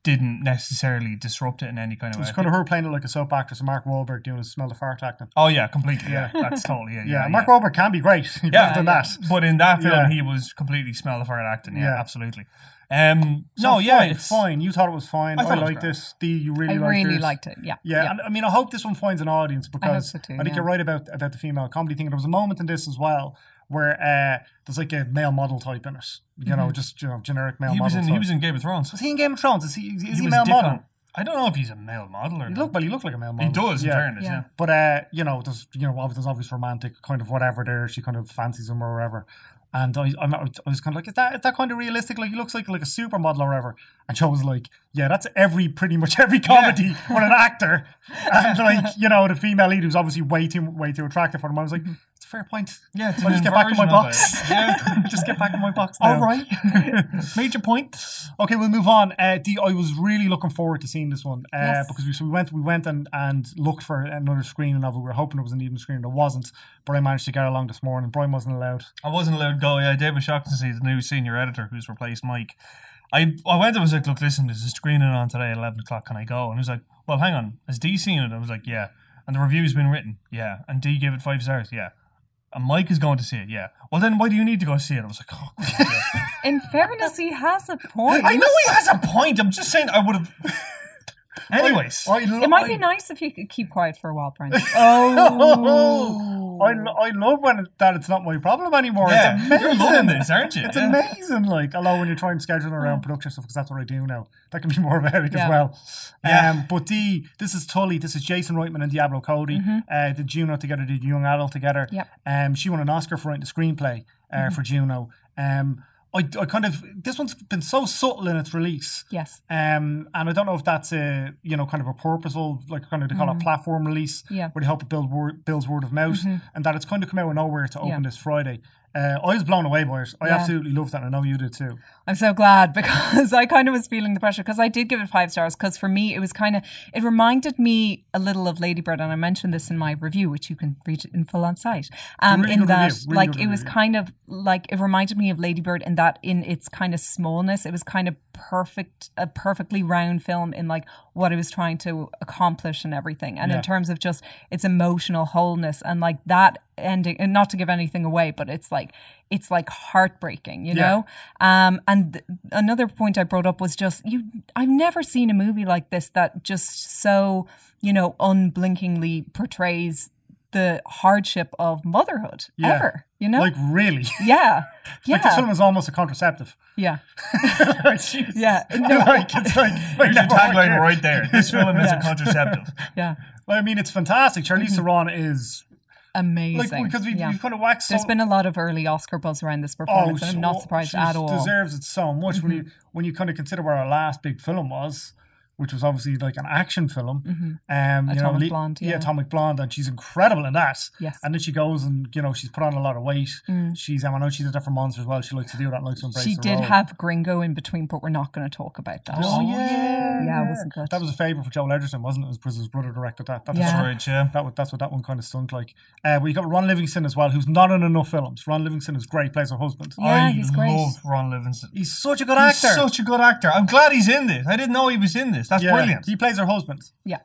[SPEAKER 5] didn't necessarily disrupt it in any kind of
[SPEAKER 3] It's
[SPEAKER 5] way.
[SPEAKER 3] kind of her playing it like a soap actress and Mark Wahlberg doing a smell the fart acting.
[SPEAKER 5] oh yeah, completely. Yeah, that's totally it.
[SPEAKER 3] Yeah,
[SPEAKER 5] Yeah,
[SPEAKER 3] Mark
[SPEAKER 5] yeah.
[SPEAKER 3] Wahlberg can be great. He could have done that.
[SPEAKER 5] But in that film,
[SPEAKER 3] Yeah.
[SPEAKER 5] he was completely smell the fart acting. Yeah,
[SPEAKER 3] Yeah.
[SPEAKER 5] absolutely. Um,
[SPEAKER 3] So
[SPEAKER 5] no, yeah,
[SPEAKER 3] fine,
[SPEAKER 5] it's
[SPEAKER 3] fine. You thought it was fine.
[SPEAKER 5] I
[SPEAKER 3] I,
[SPEAKER 5] thought it was
[SPEAKER 3] like
[SPEAKER 5] great.
[SPEAKER 3] this. The you really
[SPEAKER 4] I
[SPEAKER 3] liked
[SPEAKER 4] really
[SPEAKER 3] this.
[SPEAKER 4] liked it. Yeah.
[SPEAKER 3] Yeah, And, I mean, I hope this one finds an audience because I,
[SPEAKER 4] so too,
[SPEAKER 3] think
[SPEAKER 4] yeah.
[SPEAKER 3] you're right about about the female comedy thing. There was a moment in this as well where uh, there's like a male model type in it. You know, just you know, generic male
[SPEAKER 5] He was
[SPEAKER 3] model.
[SPEAKER 5] in.
[SPEAKER 3] type.
[SPEAKER 5] He was in Game of Thrones.
[SPEAKER 3] Was he in Game of Thrones? Is he is he,
[SPEAKER 5] He
[SPEAKER 3] a
[SPEAKER 5] was
[SPEAKER 3] male
[SPEAKER 5] Dickon.
[SPEAKER 3] model?
[SPEAKER 5] I don't know if he's a male model or
[SPEAKER 3] He
[SPEAKER 5] not.
[SPEAKER 3] looked well. He looked like a male model.
[SPEAKER 5] he does,
[SPEAKER 3] Yeah.
[SPEAKER 5] in fairness. Yeah.
[SPEAKER 4] Yeah.
[SPEAKER 3] But uh, you know, there's you know, obviously there's obvious romantic kind of whatever there. She kind of fancies him or whatever. And I, I'm, I was kind of like, is that is that kind of realistic? Like, he looks like like a supermodel or whatever. And Joe was like, yeah, that's every pretty much every comedy with an actor. And like, you know, the female lead who's obviously way too way too attractive for him. I was like, it's a fair point.
[SPEAKER 5] Yeah, it's
[SPEAKER 3] I'll
[SPEAKER 5] an
[SPEAKER 3] just get back in my
[SPEAKER 5] inversion of uh,
[SPEAKER 3] box.
[SPEAKER 5] it. Yeah.
[SPEAKER 3] just get back in my box. Now.
[SPEAKER 5] All right. Major point.
[SPEAKER 3] Okay, we'll move on. Uh, D, I was really looking forward to seeing this one uh,
[SPEAKER 4] Yes.
[SPEAKER 3] because we, so we went we went and, and looked for another screening of it. We were hoping it was an evening screening. There wasn't, but I managed to get along this morning. Brian wasn't allowed.
[SPEAKER 5] I wasn't allowed to go. Yeah, David Shocknessy, the new senior editor who's replaced Mike. I, I went and was like, look, listen, there's a screening on today at 11 o'clock. Can I go? And he was like, well, hang on. Has D seen it? I was like, yeah. And the review's been written. Yeah. And D gave it five stars. Yeah. And Mike is going to see it. Yeah. Well, then why do you need to go see it? I was like, oh, God, yeah.
[SPEAKER 4] In fairness, he has a point.
[SPEAKER 5] I know he has a point. I'm just saying I would have. Anyways.
[SPEAKER 3] I, lo-
[SPEAKER 4] It might be
[SPEAKER 3] I-
[SPEAKER 4] nice if you could keep quiet for a while, Brent.
[SPEAKER 3] Oh, I, lo- I love when it, that it's not my problem anymore. It's
[SPEAKER 5] Yeah,
[SPEAKER 3] amazing.
[SPEAKER 5] you're loving this, aren't you?
[SPEAKER 3] It's
[SPEAKER 5] Yeah.
[SPEAKER 3] amazing, like, although when you're trying to schedule around production stuff, because that's what I do now. That can be more of a headache
[SPEAKER 4] Yeah.
[SPEAKER 3] as well.
[SPEAKER 5] Yeah.
[SPEAKER 3] Um, but D, this is Tully, this is Jason Reitman and Diablo Cody.
[SPEAKER 4] Mm-hmm.
[SPEAKER 3] Uh, did Juno together, did Young Adult together.
[SPEAKER 4] Yep.
[SPEAKER 3] Um, she won an Oscar for writing the screenplay uh,
[SPEAKER 4] Mm-hmm.
[SPEAKER 3] for Juno. Um, I, I kind of, this one's been so subtle in its release.
[SPEAKER 4] yes.
[SPEAKER 3] Um, and I don't know if that's a you know kind of a purposeful like kind of they call
[SPEAKER 4] Mm-hmm.
[SPEAKER 3] it a platform release
[SPEAKER 4] Yeah.
[SPEAKER 3] where they help it build word, builds word of mouth and that it's kind of come out of nowhere to open
[SPEAKER 4] Mm-hmm. Yeah.
[SPEAKER 3] this Friday. Uh, I was blown away by it. I
[SPEAKER 4] Yeah.
[SPEAKER 3] absolutely loved that. and I know you did too.
[SPEAKER 4] I'm so glad because I kind of was feeling the pressure because I did give it five stars because for me it was kind of it reminded me a little of Ladybird and I mentioned this in my review which you can read in full on site um
[SPEAKER 3] Really
[SPEAKER 4] in
[SPEAKER 3] good
[SPEAKER 4] that
[SPEAKER 3] review, really
[SPEAKER 4] like
[SPEAKER 3] good
[SPEAKER 4] it was
[SPEAKER 3] review.
[SPEAKER 4] kind of like it reminded me of Ladybird in that in its kind of smallness it was kind of perfect a perfectly round film in like what it was trying to accomplish and everything and
[SPEAKER 3] Yeah.
[SPEAKER 4] in terms of just its emotional wholeness and like that ending and not to give anything away but it's like it's like heartbreaking you
[SPEAKER 3] Yeah.
[SPEAKER 4] know um, and th- another point I brought up was just you. I've never seen a movie like this that just so you know unblinkingly portrays the hardship of motherhood
[SPEAKER 3] Yeah.
[SPEAKER 4] ever. You know,
[SPEAKER 3] Like really,
[SPEAKER 4] yeah, yeah,
[SPEAKER 3] like this film is almost a contraceptive.
[SPEAKER 4] yeah,
[SPEAKER 3] Jesus.
[SPEAKER 4] yeah,
[SPEAKER 3] like it's like, like
[SPEAKER 5] There's your
[SPEAKER 3] never
[SPEAKER 5] tagline
[SPEAKER 3] mind.
[SPEAKER 5] right there. This film is a contraceptive.
[SPEAKER 4] yeah.
[SPEAKER 3] Well, I mean, it's fantastic. Charlize
[SPEAKER 4] Mm-hmm.
[SPEAKER 3] Theron is like
[SPEAKER 4] Amazing.
[SPEAKER 3] because we've,
[SPEAKER 4] yeah.
[SPEAKER 3] we've kind of waxed.
[SPEAKER 4] There's
[SPEAKER 3] so- Oh,
[SPEAKER 4] been a lot of early Oscar buzz around this performance, and
[SPEAKER 3] she-
[SPEAKER 4] I'm not surprised
[SPEAKER 3] she
[SPEAKER 4] at all. Mm-hmm.
[SPEAKER 3] Deserves it so much when you when you kind of consider where our last big film was. which was obviously like an action film.
[SPEAKER 4] Mhm.
[SPEAKER 3] Um, you know,
[SPEAKER 4] Atomic
[SPEAKER 3] Lee-
[SPEAKER 4] Blonde, yeah.
[SPEAKER 3] Atomic Blonde, and she's incredible in that.
[SPEAKER 4] Yes.
[SPEAKER 3] And then she goes and you know she's put on a lot of weight.
[SPEAKER 4] Mm.
[SPEAKER 3] She's um, I know she did that for Monster as well. She likes to do that, likes to embrace.
[SPEAKER 4] She
[SPEAKER 3] the
[SPEAKER 4] did
[SPEAKER 3] role.
[SPEAKER 4] have Gringo in between, but we're not going to talk about that.
[SPEAKER 3] Oh yeah,
[SPEAKER 4] Yeah, it wasn't good.
[SPEAKER 3] That was a favorite for Joel Edgerton, wasn't it? It was because his brother directed that. That's
[SPEAKER 4] Yeah.
[SPEAKER 5] That's right, yeah.
[SPEAKER 3] That wa- that's what that one kind of stunk like. Uh, we got Ron Livingston as well, who's not in enough films. Ron Livingston is great, plays her husband.
[SPEAKER 4] Yeah,
[SPEAKER 5] I
[SPEAKER 4] he's great.
[SPEAKER 5] love Ron Livingston.
[SPEAKER 3] He's such a good
[SPEAKER 5] He's
[SPEAKER 3] actor.
[SPEAKER 5] such a good actor. I'm glad he's in this. I didn't know he was in this. That's
[SPEAKER 3] Yeah,
[SPEAKER 5] brilliant.
[SPEAKER 3] He plays her husband.
[SPEAKER 4] Yeah.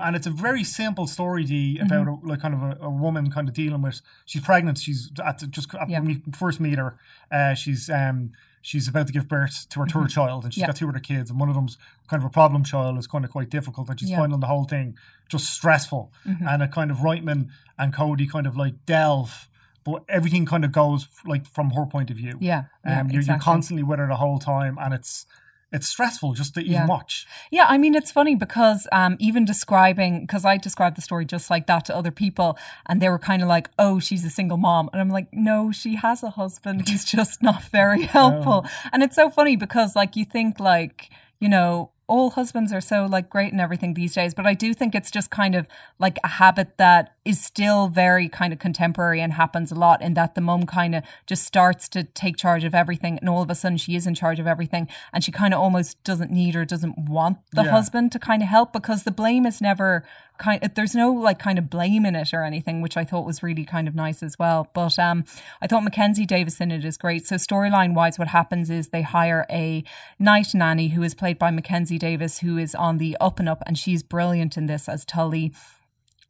[SPEAKER 3] Um, and it's a very simple story Dee, about a, like kind of a, a woman kind of dealing with. She's pregnant. She's at the- just at
[SPEAKER 4] Yeah.
[SPEAKER 3] when we first meet her. Uh, she's um she's about to give birth to her 3rd child, and she's
[SPEAKER 4] Mm-hmm. Yeah.
[SPEAKER 3] got two other kids, and one of them's kind of a problem child. is kind of quite difficult, and she's
[SPEAKER 4] Yeah. Mm-hmm.
[SPEAKER 3] finding the whole thing just stressful. And a kind of Reitman and Cody kind of like delve. But everything kind of goes like from her point of view.
[SPEAKER 4] yeah, yeah,
[SPEAKER 3] um, you're, you're
[SPEAKER 4] exactly.
[SPEAKER 3] constantly with her the whole time, and it's it's stressful just to even
[SPEAKER 4] Yeah.
[SPEAKER 3] watch.
[SPEAKER 4] Yeah, I mean, it's funny because um, even describing, because I described the story just like that to other people, and they were kind of like, oh, she's a single mom. And I'm like, no, she has a husband. He's just not very helpful. And it's so funny because, like, you think, like, you know, all husbands are so like great and everything these days but i do think it's just kind of like a habit that is still very kind of contemporary and happens a lot in that the mom kind of just starts to take charge of everything and all of a sudden she is in charge of everything and she kind of almost doesn't need or doesn't want the
[SPEAKER 3] Yeah.
[SPEAKER 4] husband to kind of help because the blame is never kind there's no like kind of blame in it or anything which i thought was really kind of nice as well but um i thought mackenzie davis in it is great so storyline wise what happens is they hire a night nanny who is played by mackenzie davis who is on the up and up and she's brilliant in this as tully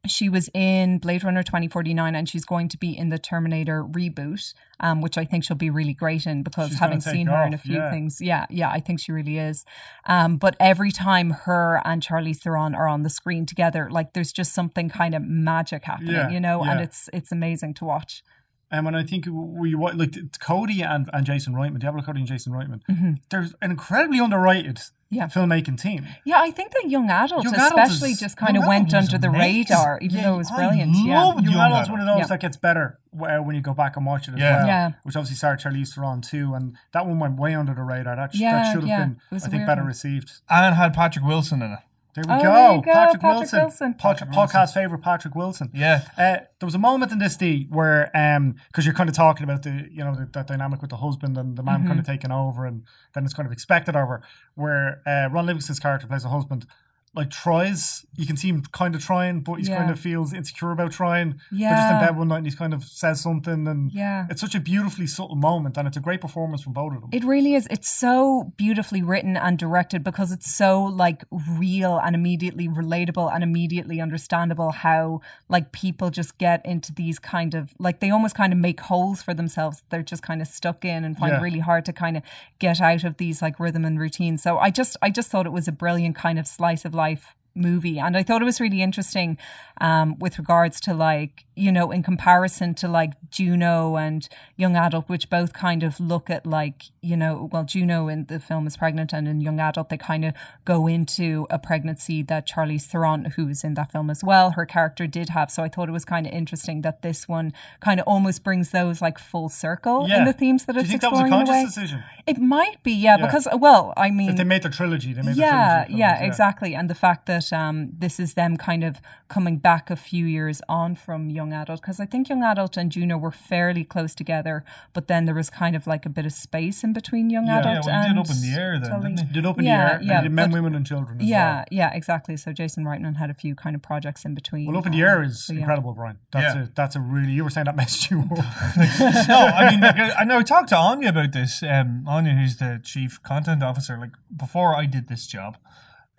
[SPEAKER 4] she was in Blade Runner 2049 and she's going to be in the Terminator reboot, um, which I think she'll be really great in because
[SPEAKER 3] She's gonna
[SPEAKER 4] having
[SPEAKER 3] take
[SPEAKER 4] seen her in a
[SPEAKER 3] off,
[SPEAKER 4] few
[SPEAKER 3] yeah.
[SPEAKER 4] things, yeah, yeah, I think she really is. Um, but every time her and Charlie Theron are on the screen together, like there's just something kind of magic happening,
[SPEAKER 3] Yeah,
[SPEAKER 4] you know, and
[SPEAKER 3] yeah.
[SPEAKER 4] it's it's amazing to watch.
[SPEAKER 3] Um, and I think we wa- like t- Cody and, and Jason Reitman, Diablo Cody and Jason Reitman.
[SPEAKER 4] Mhm.
[SPEAKER 3] They're an incredibly underrated
[SPEAKER 4] Yeah.
[SPEAKER 3] filmmaking team.
[SPEAKER 4] Yeah, I think that young adults
[SPEAKER 3] Young Adult
[SPEAKER 4] especially
[SPEAKER 3] is-
[SPEAKER 4] just kind of
[SPEAKER 5] Young
[SPEAKER 4] went
[SPEAKER 5] Adult is
[SPEAKER 4] under the
[SPEAKER 5] amazing.
[SPEAKER 4] radar, even
[SPEAKER 5] Yeah,
[SPEAKER 4] though it was
[SPEAKER 5] I
[SPEAKER 4] brilliant. yeah.
[SPEAKER 5] love
[SPEAKER 3] Young
[SPEAKER 5] Young
[SPEAKER 3] Adult's one of those
[SPEAKER 4] Yeah.
[SPEAKER 3] that gets better uh, when you go back and watch it as
[SPEAKER 5] Yeah.
[SPEAKER 3] well.
[SPEAKER 4] Yeah.
[SPEAKER 3] Which obviously starred Charlize Theron too, and that one went way under the radar. That, sh-
[SPEAKER 4] Yeah,
[SPEAKER 3] that should have
[SPEAKER 4] yeah.
[SPEAKER 3] been,
[SPEAKER 4] It was
[SPEAKER 3] I
[SPEAKER 4] a
[SPEAKER 3] think,
[SPEAKER 4] weird
[SPEAKER 3] better
[SPEAKER 4] one.
[SPEAKER 3] received.
[SPEAKER 5] And had Patrick Wilson in it.
[SPEAKER 3] There we
[SPEAKER 4] Oh,
[SPEAKER 3] go.
[SPEAKER 4] there you go,
[SPEAKER 3] Patrick,
[SPEAKER 4] Patrick
[SPEAKER 3] Wilson.
[SPEAKER 4] Wilson.
[SPEAKER 3] Pod-
[SPEAKER 5] Patrick Wilson.
[SPEAKER 3] Podcast favorite Patrick Wilson.
[SPEAKER 5] Yeah.
[SPEAKER 3] Uh, there was a moment in this D where, um, because you're kind of talking about the, you know, the, that dynamic with the husband and the
[SPEAKER 4] Mm-hmm.
[SPEAKER 3] man kind of taking over, and then it's kind of expected of her. Where uh, Ron Livingston's character plays a husband, like tries. You can see him kind of trying, but he
[SPEAKER 4] Yeah.
[SPEAKER 3] kind of feels insecure about trying. They're just in
[SPEAKER 4] Yeah.
[SPEAKER 3] bed one night and he's kind of says something, and
[SPEAKER 4] Yeah.
[SPEAKER 3] it's such a beautifully subtle moment, and it's a great performance from both of them.
[SPEAKER 4] It really is. It's so beautifully written and directed because it's so like real and immediately relatable and immediately understandable how like people just get into these kind of like they almost kind of make holes for themselves that they're just kind of stuck in and find
[SPEAKER 3] Yeah.
[SPEAKER 4] really hard to kind of get out of these like rhythm and routine. So I just I just thought it was a brilliant kind of slice of life movie and i thought it was really interesting um, with regards to like you know in comparison to like juno and young adult which both kind of look at like you know well juno in the film is pregnant and in young adult they kind of go into a pregnancy that charlize theron who's in that film as well her character did have so i thought it was kind of interesting that this one kind of almost brings those like full circle
[SPEAKER 3] Yeah.
[SPEAKER 4] in the themes that
[SPEAKER 3] Do you
[SPEAKER 4] it's
[SPEAKER 3] think that was a
[SPEAKER 4] exploring in a
[SPEAKER 3] conscious
[SPEAKER 4] way
[SPEAKER 3] decision?
[SPEAKER 4] it might be yeah,
[SPEAKER 3] Yeah.
[SPEAKER 4] because well i mean
[SPEAKER 3] If they made the trilogy, they made
[SPEAKER 4] yeah,
[SPEAKER 3] the trilogy.
[SPEAKER 4] yeah,
[SPEAKER 3] films,
[SPEAKER 4] exactly. And the fact that um, this is them kind of coming back a few years on from Young Adult, because I think Young Adult and Juno were fairly close together, but then there was kind of like a bit of space in between Young
[SPEAKER 3] Yeah.
[SPEAKER 4] Adult
[SPEAKER 5] yeah, well, he
[SPEAKER 4] and
[SPEAKER 5] did up in the air then,
[SPEAKER 4] Tully.
[SPEAKER 5] didn't he?
[SPEAKER 3] Did open
[SPEAKER 4] Yeah,
[SPEAKER 3] the air,
[SPEAKER 4] yeah,
[SPEAKER 3] and did men,
[SPEAKER 4] but-
[SPEAKER 3] women, and children. As well.
[SPEAKER 4] Yeah, yeah, exactly. So Jason Reitman had a few kind of projects in between.
[SPEAKER 3] Well, open the
[SPEAKER 4] um,
[SPEAKER 3] air is
[SPEAKER 4] so yeah.
[SPEAKER 3] incredible, Brian. That's
[SPEAKER 5] Yeah.
[SPEAKER 3] a that's a really you were saying that messed you up.
[SPEAKER 5] no, I mean, like, uh, I, I know I talked to Anya about this. Um, Anya, who's the chief content officer, like before I did this job,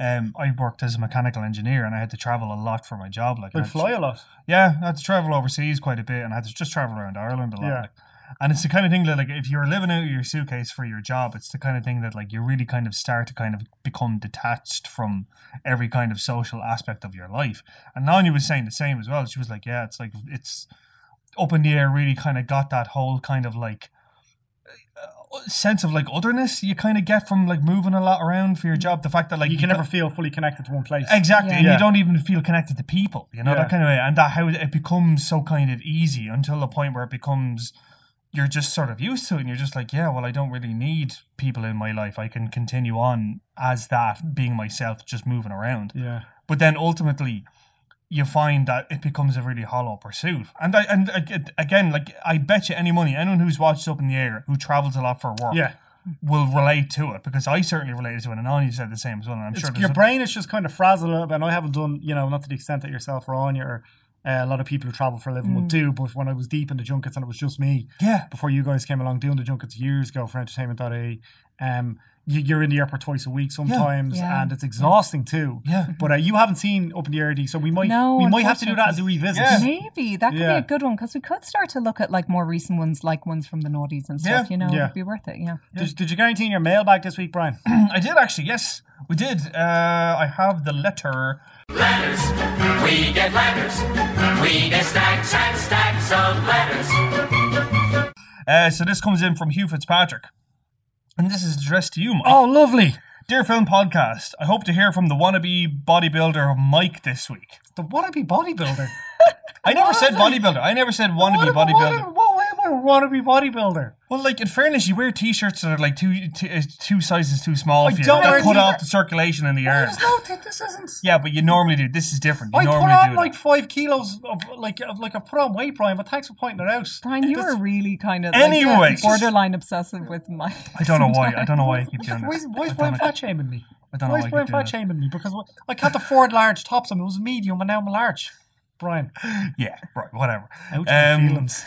[SPEAKER 5] um, I worked as a mechanical engineer and I had to travel a lot for my job. Like, I
[SPEAKER 3] They
[SPEAKER 5] had to-
[SPEAKER 3] fly a lot.
[SPEAKER 5] Yeah, I had to travel overseas quite a bit and I had to just travel around Ireland a lot.
[SPEAKER 3] Yeah.
[SPEAKER 5] like. and it's the kind of thing that, like, if you're living out of your suitcase for your job, it's the kind of thing that, like, you really kind of start to kind of become detached from every kind of social aspect of your life. And Anya was saying the same as well. She was like, yeah, it's like, it's up in the air really kind of got that whole kind of like uh, sense of like otherness you kind of get from like moving a lot around for your job. The fact that like
[SPEAKER 3] Mm. You can
[SPEAKER 5] got-
[SPEAKER 3] never feel fully connected to one place.
[SPEAKER 5] Exactly,
[SPEAKER 4] Yeah.
[SPEAKER 5] and
[SPEAKER 3] Yeah.
[SPEAKER 5] you don't even feel connected to people, you know
[SPEAKER 3] Yeah.
[SPEAKER 5] that kind of way, and that how it becomes so kind of easy until the point where it becomes you're just sort of used to it and you're just like, yeah, well, I don't really need people in my life. I can continue on as that, being myself, just moving around.
[SPEAKER 3] Yeah.
[SPEAKER 5] But then ultimately, you find that it becomes a really hollow pursuit. And I, and ag- again, like I bet you any money, anyone who's watched Up in the Air who travels a lot for work,
[SPEAKER 3] Yeah.
[SPEAKER 5] will relate to it because I certainly related to it, and Anya said the same as well. And I'm sure
[SPEAKER 3] It's-
[SPEAKER 5] there's
[SPEAKER 3] your
[SPEAKER 5] a-
[SPEAKER 3] brain is just kind of frazzled a little bit. And I haven't done, you know, not to the extent that yourself or Anya or uh, a lot of people who travel for a living would
[SPEAKER 4] Mm.
[SPEAKER 3] do. But when I was deep in the junkets and it was just me
[SPEAKER 5] yeah,
[SPEAKER 3] before you guys came along doing the junkets years ago for entertainment.ie, um, you, you're in the airport twice a week sometimes
[SPEAKER 4] Yeah.
[SPEAKER 3] and it's exhausting too.
[SPEAKER 5] yeah.
[SPEAKER 3] But uh, you haven't seen Up in the Air, D, so we might
[SPEAKER 4] No,
[SPEAKER 3] we might have to do that as a
[SPEAKER 4] unfortunately.
[SPEAKER 3] revisit.
[SPEAKER 5] Yeah.
[SPEAKER 4] Maybe that could
[SPEAKER 3] Yeah.
[SPEAKER 4] be a good one because we could start to look at like more recent ones, like ones from the noughties and stuff.
[SPEAKER 5] Yeah,
[SPEAKER 4] You know,
[SPEAKER 3] yeah.
[SPEAKER 4] it'd be worth it. Yeah.
[SPEAKER 3] Did, did you guarantee in your mailbag this week, Brian?
[SPEAKER 5] I did actually. Yes, we did. Uh, I have the letter.
[SPEAKER 6] letters. We get letters. We get stacks and stacks of letters.
[SPEAKER 5] Uh, so this comes in from Hugh Fitzpatrick, and this is addressed to you, Mike.
[SPEAKER 3] Oh, lovely.
[SPEAKER 5] Dear Film Podcast, I hope to hear from the wannabe bodybuilder Mike this week.
[SPEAKER 3] The wannabe bodybuilder.
[SPEAKER 5] I never said bodybuilder. I never said wannabe bodybuilder.
[SPEAKER 3] What, what, what, what, wannabe bodybuilder?
[SPEAKER 5] Well, like in fairness, you wear T-shirts that are like two two, uh, two sizes too small.
[SPEAKER 3] I
[SPEAKER 5] for you.
[SPEAKER 3] don't
[SPEAKER 5] That
[SPEAKER 3] wear
[SPEAKER 5] cut
[SPEAKER 3] T-shirt-
[SPEAKER 5] off the circulation in the air.
[SPEAKER 3] There's no, th- this isn't.
[SPEAKER 5] Yeah, but you normally do. This is different. You
[SPEAKER 3] I put
[SPEAKER 5] normally
[SPEAKER 3] on
[SPEAKER 5] do
[SPEAKER 3] like
[SPEAKER 5] that.
[SPEAKER 3] five kilos of like of, like I put on weight, Brian. But thanks for pointing it out.
[SPEAKER 4] Brian, you
[SPEAKER 3] That's-
[SPEAKER 4] were really kind of
[SPEAKER 5] Anyway.
[SPEAKER 4] like, borderline obsessive with my.
[SPEAKER 5] I don't know why. I don't know why I keep doing
[SPEAKER 3] Why,
[SPEAKER 5] this.
[SPEAKER 3] why is
[SPEAKER 5] I don't
[SPEAKER 3] Brian
[SPEAKER 5] know-
[SPEAKER 3] fat shaming me?
[SPEAKER 5] I don't know
[SPEAKER 3] Why is
[SPEAKER 5] why I
[SPEAKER 3] Brian
[SPEAKER 5] keep doing
[SPEAKER 3] fat
[SPEAKER 5] this.
[SPEAKER 3] shaming me? Because I can't afford large tops. I mean, it was medium, and now I'm a large. Brian,
[SPEAKER 5] Yeah, right. Whatever.
[SPEAKER 3] ouch, my
[SPEAKER 5] Um,
[SPEAKER 3] feelings.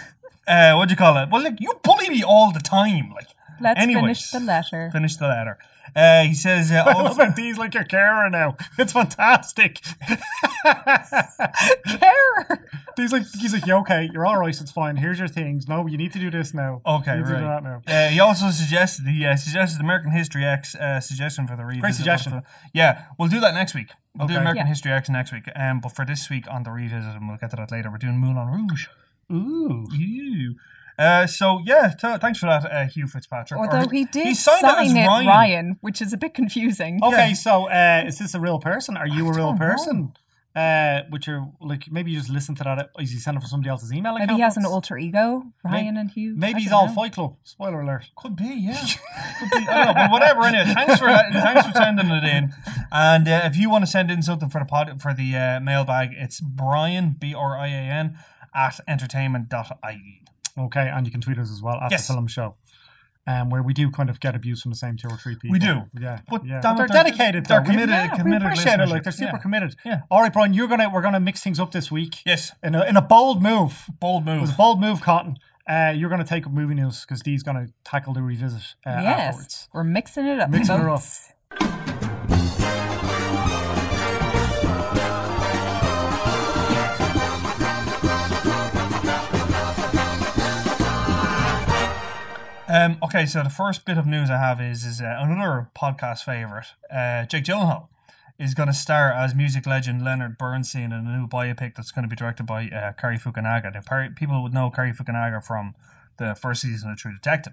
[SPEAKER 5] uh, what do you call it? Well, look, you bully me all the time. Like,
[SPEAKER 4] Let's
[SPEAKER 5] Anyways.
[SPEAKER 4] finish the letter.
[SPEAKER 5] finish the letter. Uh, he says, uh,
[SPEAKER 3] I love
[SPEAKER 5] also,
[SPEAKER 3] that D's like your carer now. It's fantastic.
[SPEAKER 4] Care.
[SPEAKER 3] D's like he's like, "You okay, you're all right. It's fine. Here's your things. No, you need to do this now.
[SPEAKER 5] Okay,
[SPEAKER 3] you need to do that
[SPEAKER 5] right.
[SPEAKER 3] now.
[SPEAKER 5] uh, he also suggested the uh, suggested American History X uh, suggestion for the revisit.
[SPEAKER 3] suggestion.
[SPEAKER 5] of the- yeah, we'll do that next week. We'll do
[SPEAKER 3] Okay.
[SPEAKER 5] American
[SPEAKER 4] Yeah.
[SPEAKER 5] History X next week. Um, but for this week on the revisit, and we'll get to that later. We're doing Moulin Rouge.
[SPEAKER 3] Ooh,
[SPEAKER 5] Ew. Uh, so yeah, th- thanks for that, uh, Hugh Fitzpatrick.
[SPEAKER 3] Oh,
[SPEAKER 5] Or-
[SPEAKER 4] Although he did
[SPEAKER 5] signed
[SPEAKER 4] sign
[SPEAKER 5] as
[SPEAKER 4] it
[SPEAKER 5] Ryan.
[SPEAKER 4] Ryan. which is a bit confusing.
[SPEAKER 3] Okay,
[SPEAKER 5] Yeah.
[SPEAKER 3] so uh, is this a real person? Are you a real
[SPEAKER 5] don't know.
[SPEAKER 3] person? Uh, which are like maybe you just listen to that. Is he sending for somebody else's email account?
[SPEAKER 4] Maybe he has an
[SPEAKER 3] That's-
[SPEAKER 4] alter ego, Ryan and Hugh. I
[SPEAKER 3] Maybe he's
[SPEAKER 4] don't
[SPEAKER 3] all
[SPEAKER 4] know.
[SPEAKER 3] Fight Club. Spoiler alert.
[SPEAKER 5] Could be, yeah. Could be. I don't know, but whatever. Anyway, thanks for that, thanks for sending it in. And uh, if you want to send in something for the pod for the uh, mailbag, it's Brian B R I A N at entertainment.ie.
[SPEAKER 3] Okay, and you can tweet us as well at
[SPEAKER 5] Yes.
[SPEAKER 3] the film show, um, where we do kind of get abuse from the same two or three people.
[SPEAKER 5] We do.
[SPEAKER 3] yeah.
[SPEAKER 5] But
[SPEAKER 3] yeah.
[SPEAKER 5] damn
[SPEAKER 3] they're
[SPEAKER 5] it, they're-
[SPEAKER 3] dedicated.
[SPEAKER 5] they're
[SPEAKER 3] though.
[SPEAKER 5] committed-
[SPEAKER 3] We, yeah,
[SPEAKER 5] committed
[SPEAKER 3] we appreciate it. Like
[SPEAKER 5] listenership.
[SPEAKER 3] they're super
[SPEAKER 5] Yeah.
[SPEAKER 3] committed.
[SPEAKER 5] Yeah.
[SPEAKER 3] All right, Brian, you're gonna we're gonna mix things up this week
[SPEAKER 5] Yes,
[SPEAKER 3] in a in a bold move.
[SPEAKER 5] bold
[SPEAKER 3] It was a
[SPEAKER 5] move.
[SPEAKER 3] bold move, Cotton. Uh, you're gonna take up movie news because Dee's gonna tackle the revisit uh,
[SPEAKER 4] Yes,
[SPEAKER 3] afterwards.
[SPEAKER 4] we're mixing it up.
[SPEAKER 3] Mixing her up.
[SPEAKER 4] folks.
[SPEAKER 5] Um, okay, so the first bit of news I have is is uh, another podcast favorite, uh, Jake Gyllenhaal. Is going to star as music legend Leonard Bernstein in a new biopic that's going to be directed by uh, Cary Fukunaga. Now, Par- people would know Cary Fukunaga from the first season of True Detective.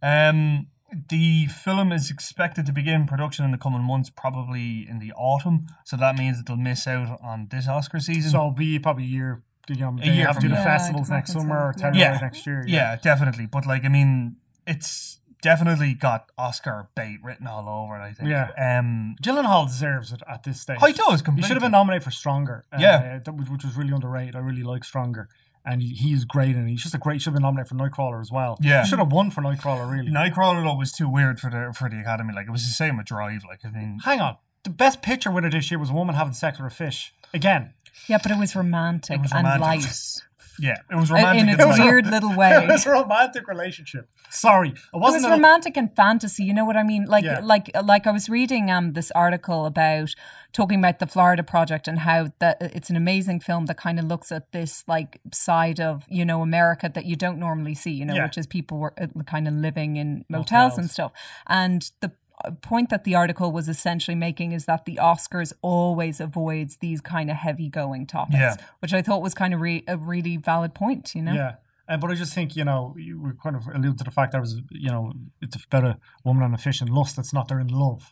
[SPEAKER 5] Um, the film is expected to begin production in the coming months, probably in the autumn. So that means it'll miss out on this Oscar season.
[SPEAKER 3] So it'll be probably a year. You know, they
[SPEAKER 5] year
[SPEAKER 3] have to
[SPEAKER 5] from
[SPEAKER 3] do the
[SPEAKER 5] now.
[SPEAKER 4] Yeah,
[SPEAKER 3] festivals
[SPEAKER 4] I
[SPEAKER 3] next
[SPEAKER 4] think
[SPEAKER 3] summer or
[SPEAKER 4] so.
[SPEAKER 3] Telluride
[SPEAKER 5] Yeah.
[SPEAKER 3] next year.
[SPEAKER 5] Yeah, definitely. But like, I mean, it's definitely got Oscar bait written all over it. I think.
[SPEAKER 3] Yeah.
[SPEAKER 5] Um.
[SPEAKER 3] Gyllenhaal deserves it at this stage.
[SPEAKER 5] He does
[SPEAKER 3] He
[SPEAKER 5] completely.
[SPEAKER 3] should have been nominated for Stronger. uh,
[SPEAKER 5] Yeah.
[SPEAKER 3] that was- which was really underrated. I really like Stronger, and he, he is great, and he's just a great. He should have been nominated for Nightcrawler as well.
[SPEAKER 5] Yeah.
[SPEAKER 3] he should have won for Nightcrawler. Really.
[SPEAKER 5] Nightcrawler though was too weird for the for the Academy. Like it was the same with Drive. Like I mean,
[SPEAKER 3] Hang on, the best picture winner this year was a woman having sex with a fish. Again,
[SPEAKER 4] Yeah, but it was romantic,
[SPEAKER 5] It was
[SPEAKER 4] and
[SPEAKER 5] romantic.
[SPEAKER 4] light.
[SPEAKER 5] yeah, it was
[SPEAKER 4] In-
[SPEAKER 5] romantic.
[SPEAKER 4] in
[SPEAKER 5] and
[SPEAKER 4] its
[SPEAKER 5] like-
[SPEAKER 4] weird little way.
[SPEAKER 3] it was a romantic relationship. Sorry, it
[SPEAKER 4] It was
[SPEAKER 3] wasn't. a-
[SPEAKER 4] romantic and fantasy. You know what I mean? Like,
[SPEAKER 3] Yeah.
[SPEAKER 4] like, like I was reading um this article about talking about the Florida Project and how that uh, it's an amazing film that kind of looks at this like side of you know America that you don't normally see. You know,
[SPEAKER 3] Yeah.
[SPEAKER 4] which is people were uh, kind of living in motels and
[SPEAKER 3] Motels.
[SPEAKER 4] stuff. And the uh, point that the article was essentially making is that the Oscars always avoids these kind of heavy going topics,
[SPEAKER 5] Yeah.
[SPEAKER 4] which I thought was kind of re- a really valid point. You know?
[SPEAKER 3] Yeah. Uh, but I just think, you know, you were kind of alluded to the fact that it was, you know, it's about a woman and a fish and lust. It's not they're in love.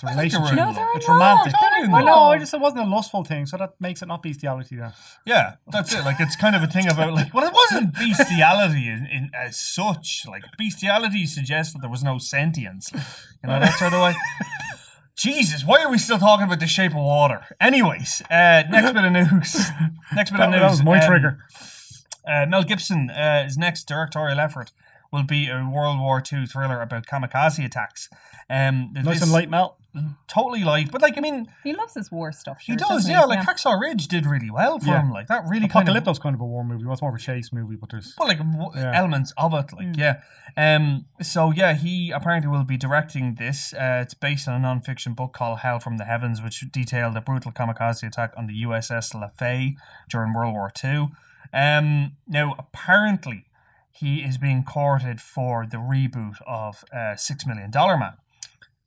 [SPEAKER 3] the
[SPEAKER 5] think they're
[SPEAKER 3] relationship.
[SPEAKER 5] in
[SPEAKER 4] No,
[SPEAKER 5] love.
[SPEAKER 4] they're in
[SPEAKER 3] it's romantic.
[SPEAKER 4] love. They're in
[SPEAKER 3] I know. I
[SPEAKER 4] love.
[SPEAKER 3] just it wasn't a lustful thing, so that makes it not bestiality. There.
[SPEAKER 5] Yeah, that's it. Like it's kind of a thing about like well, it wasn't bestiality in, in as such. Like bestiality suggests that there was no sentience. You know that sort of way. Jesus, why are we still talking about the shape of water? Anyways, uh, next bit of news. Next bit
[SPEAKER 3] That,
[SPEAKER 5] of news.
[SPEAKER 3] that was my
[SPEAKER 5] Um,
[SPEAKER 3] trigger.
[SPEAKER 5] Uh, Mel Gibson, uh, his next directorial effort will be a World War II thriller about kamikaze attacks. Um,
[SPEAKER 3] Nice
[SPEAKER 5] this-
[SPEAKER 3] and light melt.
[SPEAKER 5] totally light, but like I mean,
[SPEAKER 4] He loves his war stuff.
[SPEAKER 5] he
[SPEAKER 4] sure,
[SPEAKER 5] does.
[SPEAKER 4] doesn't
[SPEAKER 5] Yeah, like Hacksaw Ridge did really well for
[SPEAKER 3] Yeah.
[SPEAKER 5] him. Like that really kind of
[SPEAKER 3] Apocalypto's kind of a war movie. Well, it's more of a chase movie, but there's
[SPEAKER 5] Well, like w-
[SPEAKER 3] Yeah. Hmm.
[SPEAKER 5] elements of it, like yeah. Um. So yeah, he apparently will be directing this. Uh, it's based on a non-fiction book called Hell from the Heavens, which detailed a brutal kamikaze attack on the USS Lafay during World War Two. Um. Now, apparently, he is being courted for the reboot of uh, Six Million Dollar Man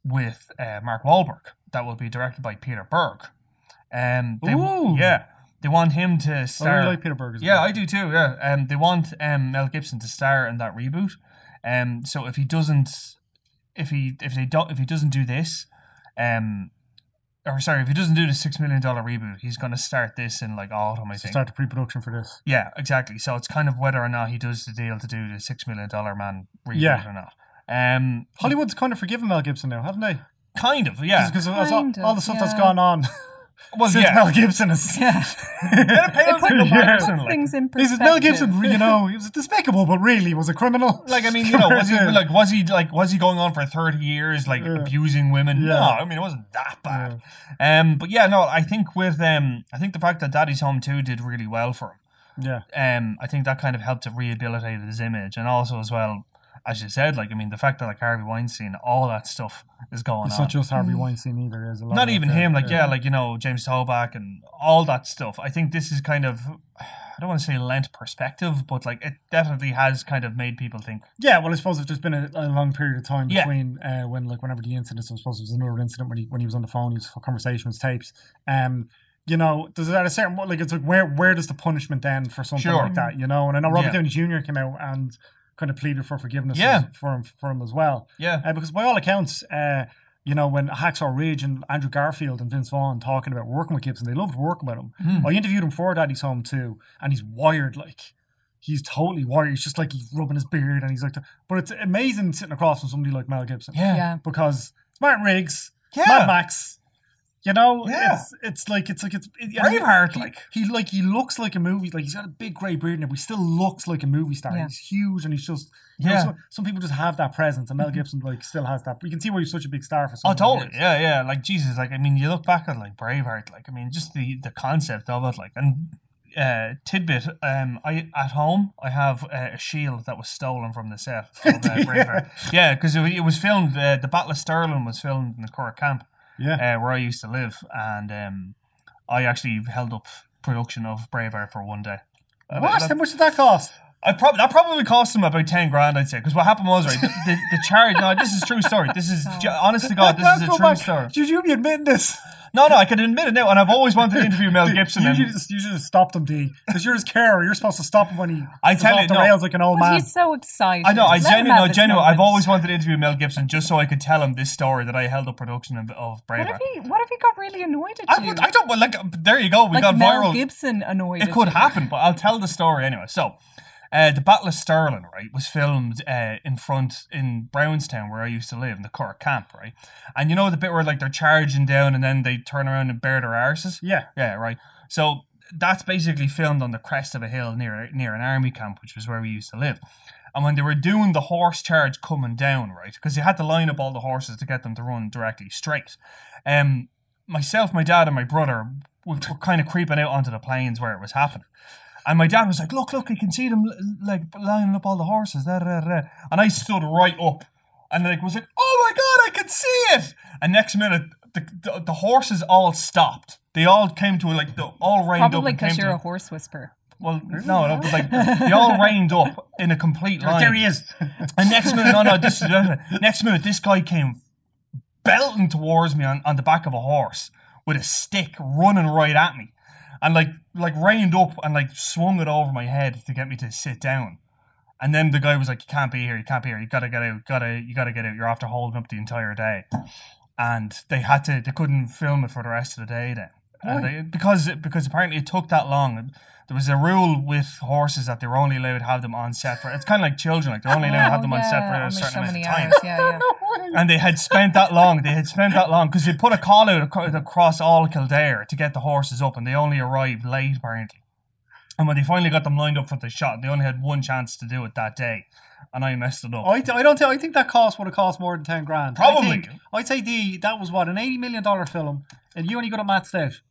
[SPEAKER 5] with uh, Mark Wahlberg. That will be directed by Peter Berg. Um. They,
[SPEAKER 3] Ooh.
[SPEAKER 5] Yeah. They want him to
[SPEAKER 3] I really
[SPEAKER 5] star.
[SPEAKER 3] like Peter Berg. as
[SPEAKER 5] Yeah,
[SPEAKER 3] well.
[SPEAKER 5] I do too. Yeah, um, they want um, Mel Gibson to star in that reboot. Um, so if he doesn't, if he if they don't if he doesn't do this, um, or sorry, if he doesn't do the six million dollar reboot, he's going to start this in like autumn, I
[SPEAKER 3] So
[SPEAKER 5] think.
[SPEAKER 3] start the pre-production for this.
[SPEAKER 5] Yeah, exactly. So it's kind of whether or not he does the deal to do the six million dollar man reboot
[SPEAKER 3] Yeah.
[SPEAKER 5] or not. Um,
[SPEAKER 3] Hollywood's kind of forgiven Mel Gibson now, haven't they?
[SPEAKER 5] kind of, yeah.
[SPEAKER 3] Because all,
[SPEAKER 4] Kind of,
[SPEAKER 3] all the stuff that's
[SPEAKER 4] yeah.
[SPEAKER 3] gone on
[SPEAKER 5] Well,
[SPEAKER 3] since
[SPEAKER 5] yeah.
[SPEAKER 3] Mel Gibson is.
[SPEAKER 4] Yeah.
[SPEAKER 5] It pales
[SPEAKER 4] It
[SPEAKER 5] in
[SPEAKER 4] put- it
[SPEAKER 5] comparison,
[SPEAKER 4] puts
[SPEAKER 5] like.
[SPEAKER 4] things in
[SPEAKER 3] This
[SPEAKER 4] perspective.
[SPEAKER 3] is Mel Gibson, you know, he was despicable, but really was a criminal.
[SPEAKER 5] Like I mean, you know, was he
[SPEAKER 3] Compared to-
[SPEAKER 5] like was he like was he going on for thirty years like
[SPEAKER 3] Yeah.
[SPEAKER 5] abusing women? No,
[SPEAKER 3] Yeah.
[SPEAKER 5] I mean it wasn't that bad. Um, but yeah, no, I think with um, I think the fact that Daddy's Home Two did really well for him.
[SPEAKER 3] Yeah.
[SPEAKER 5] Um, I think that kind of helped to rehabilitate his image, and also as well as you said, like I mean, the fact that like Harvey Weinstein, all that stuff is going
[SPEAKER 3] It's
[SPEAKER 5] on.
[SPEAKER 3] not just Harvey Weinstein either. There's a lot
[SPEAKER 5] Not
[SPEAKER 3] of,
[SPEAKER 5] even
[SPEAKER 3] uh,
[SPEAKER 5] him, like yeah, like you know James Toback and all that stuff. I think this is kind of, I don't want to say lent perspective, but like it definitely has kind of made people think.
[SPEAKER 3] Yeah, well, I suppose if there's been a, a long period of time
[SPEAKER 5] Yeah.
[SPEAKER 3] between uh, when, like, whenever the incident, I suppose it was another incident when he when he was on the phone, he was for conversations, tapes. Um, you know, does it at a certain point, like, it's like where where does the punishment end for something
[SPEAKER 5] Sure.
[SPEAKER 3] like that? You know, and I know Robert
[SPEAKER 5] Yeah.
[SPEAKER 3] Downey Jr. came out and kind of pleaded for forgiveness
[SPEAKER 5] Yeah.
[SPEAKER 3] for him for him as well.
[SPEAKER 5] Yeah,
[SPEAKER 3] Uh, because by all accounts, uh, you know, when Hacksaw Ridge and Andrew Garfield and Vince Vaughn talking about working with Gibson, they loved working with him.
[SPEAKER 5] Hmm.
[SPEAKER 3] I interviewed him for Daddy's Home too, and he's wired like he's totally wired. He's just like he's rubbing his beard and he's like, but it's amazing sitting across from somebody like Mel Gibson
[SPEAKER 4] Yeah.
[SPEAKER 3] because it's Martin Riggs,
[SPEAKER 5] yeah.
[SPEAKER 3] Mad Max. You know,
[SPEAKER 5] Yeah.
[SPEAKER 3] it's it's like it's like it's it, and he-
[SPEAKER 5] Braveheart,
[SPEAKER 3] he-
[SPEAKER 5] like.
[SPEAKER 3] He, like he looks like a movie. Like he's got a big grey beard, and he still looks like a movie star.
[SPEAKER 4] Yeah.
[SPEAKER 3] He's huge, and he's just you know,
[SPEAKER 5] Yeah. Mm-hmm.
[SPEAKER 3] some, some people just have that presence, and Mel Gibson like still has that. You can see why he's such a big star for.
[SPEAKER 5] Oh,
[SPEAKER 3] someone like
[SPEAKER 5] totally.
[SPEAKER 3] this.
[SPEAKER 5] Yeah, yeah. Like Jesus. Like I mean, you look back at like Braveheart. Like I mean, just the the concept of it. Like and uh, tidbit. Um, I at home I have uh, a shield that was stolen from the set of uh, Braveheart. Yeah, because it, wa- it was filmed. Uh, the Battle of Stirling was filmed in the Curragh camp
[SPEAKER 3] yeah.
[SPEAKER 5] uh, where I used to live, and um, I actually held up production of Braveheart for one day. Uh,
[SPEAKER 3] what?
[SPEAKER 5] that-
[SPEAKER 3] How much did that cost?
[SPEAKER 5] I prob- that probably cost him about ten grand, I'd say. Because what happened was, right, the, the, the charity. No, this is true story. This is ju-
[SPEAKER 4] Oh.
[SPEAKER 5] honest to God, Oh, this
[SPEAKER 3] Now
[SPEAKER 5] is a
[SPEAKER 3] go
[SPEAKER 5] true
[SPEAKER 3] back.
[SPEAKER 5] story.
[SPEAKER 3] Should you be admitting this?
[SPEAKER 5] No, no, I can admit it now, and I've always wanted to interview Mel Gibson.
[SPEAKER 3] You,
[SPEAKER 5] and-
[SPEAKER 3] should just, you should have stopped him, D. Because you're his carer. You're supposed to stop him when he
[SPEAKER 5] I
[SPEAKER 3] goes
[SPEAKER 5] tell
[SPEAKER 3] off
[SPEAKER 5] you,
[SPEAKER 3] the
[SPEAKER 5] no.
[SPEAKER 3] rails like an old
[SPEAKER 4] But
[SPEAKER 3] man.
[SPEAKER 4] he's so excited.
[SPEAKER 5] Oh, I know, I
[SPEAKER 4] Let him
[SPEAKER 5] genuinely,
[SPEAKER 4] have
[SPEAKER 5] no,
[SPEAKER 4] his
[SPEAKER 5] genuinely, I've
[SPEAKER 4] moment.
[SPEAKER 5] always wanted to interview Mel Gibson just so I could tell him this story that I held up production of, of
[SPEAKER 4] What
[SPEAKER 5] Braveheart.
[SPEAKER 4] if he? What if he got really annoyed at
[SPEAKER 5] I,
[SPEAKER 4] you?
[SPEAKER 5] would, I don't well, like. There you go. We
[SPEAKER 4] like
[SPEAKER 5] got
[SPEAKER 4] Mel
[SPEAKER 5] viral.
[SPEAKER 4] Gibson annoyed.
[SPEAKER 5] It
[SPEAKER 4] at
[SPEAKER 5] could
[SPEAKER 4] you.
[SPEAKER 5] happen, but I'll tell the story anyway. So, uh, the Battle of Stirling, right, was filmed uh, in front in Brownstown, where I used to live, in the Cork camp, right. And you know the bit where like they're charging down, and then they turn around and bare their arses.
[SPEAKER 3] yeah.
[SPEAKER 5] Yeah, right. So that's basically filmed on the crest of a hill near near an army camp, which was where we used to live. And when they were doing the horse charge coming down, right, because you had to line up all the horses to get them to run directly straight. Um, myself, my dad, and my brother we were kind of creeping out onto the plains where it was happening. And my dad was like, "Look, look! I can see them l- like lining up all the horses." Da, da, da, da. And I stood right up, and like was like, "Oh my god, I can see it!" And next minute, the, the, the horses all stopped. They all came to like the all reined
[SPEAKER 4] Probably
[SPEAKER 5] up. and came
[SPEAKER 4] because you're
[SPEAKER 5] to-
[SPEAKER 4] a horse whisperer.
[SPEAKER 5] well, no, no, but like they all reined up in a complete line.
[SPEAKER 3] There he is.
[SPEAKER 5] And next minute, no, no, this is next minute, this guy came belting towards me on, on the back of a horse with a stick, running right at me, and like like reined up and like swung it over my head to get me to sit down. And then the guy was like, "You can't be here. You can't be here. You gotta get out. Gotta you gotta get out. You're after holding up the entire day." and they had to they couldn't film it for the rest of the day then. And they, because because apparently it took that long. There was a rule with horses that they were only allowed to have them on set for. It's kind of like children, like they're only allowed to have them on set for a
[SPEAKER 4] Oh, only
[SPEAKER 5] certain
[SPEAKER 4] so
[SPEAKER 5] amount
[SPEAKER 4] many
[SPEAKER 5] of time.
[SPEAKER 4] hours. Yeah, yeah.
[SPEAKER 5] And they had spent that long. They had spent that long because they put a call out acro- across all Kildare to get the horses up, and they only arrived late apparently. And when they finally got them lined up for the shot, they only had one chance to do it that day, and I messed it up.
[SPEAKER 3] I, th- I don't think I think that cost would have cost more than ten grand. I
[SPEAKER 5] Probably.
[SPEAKER 3] think- I'd say the that was what an eighty million dollar film, and you only got a Matt Dave.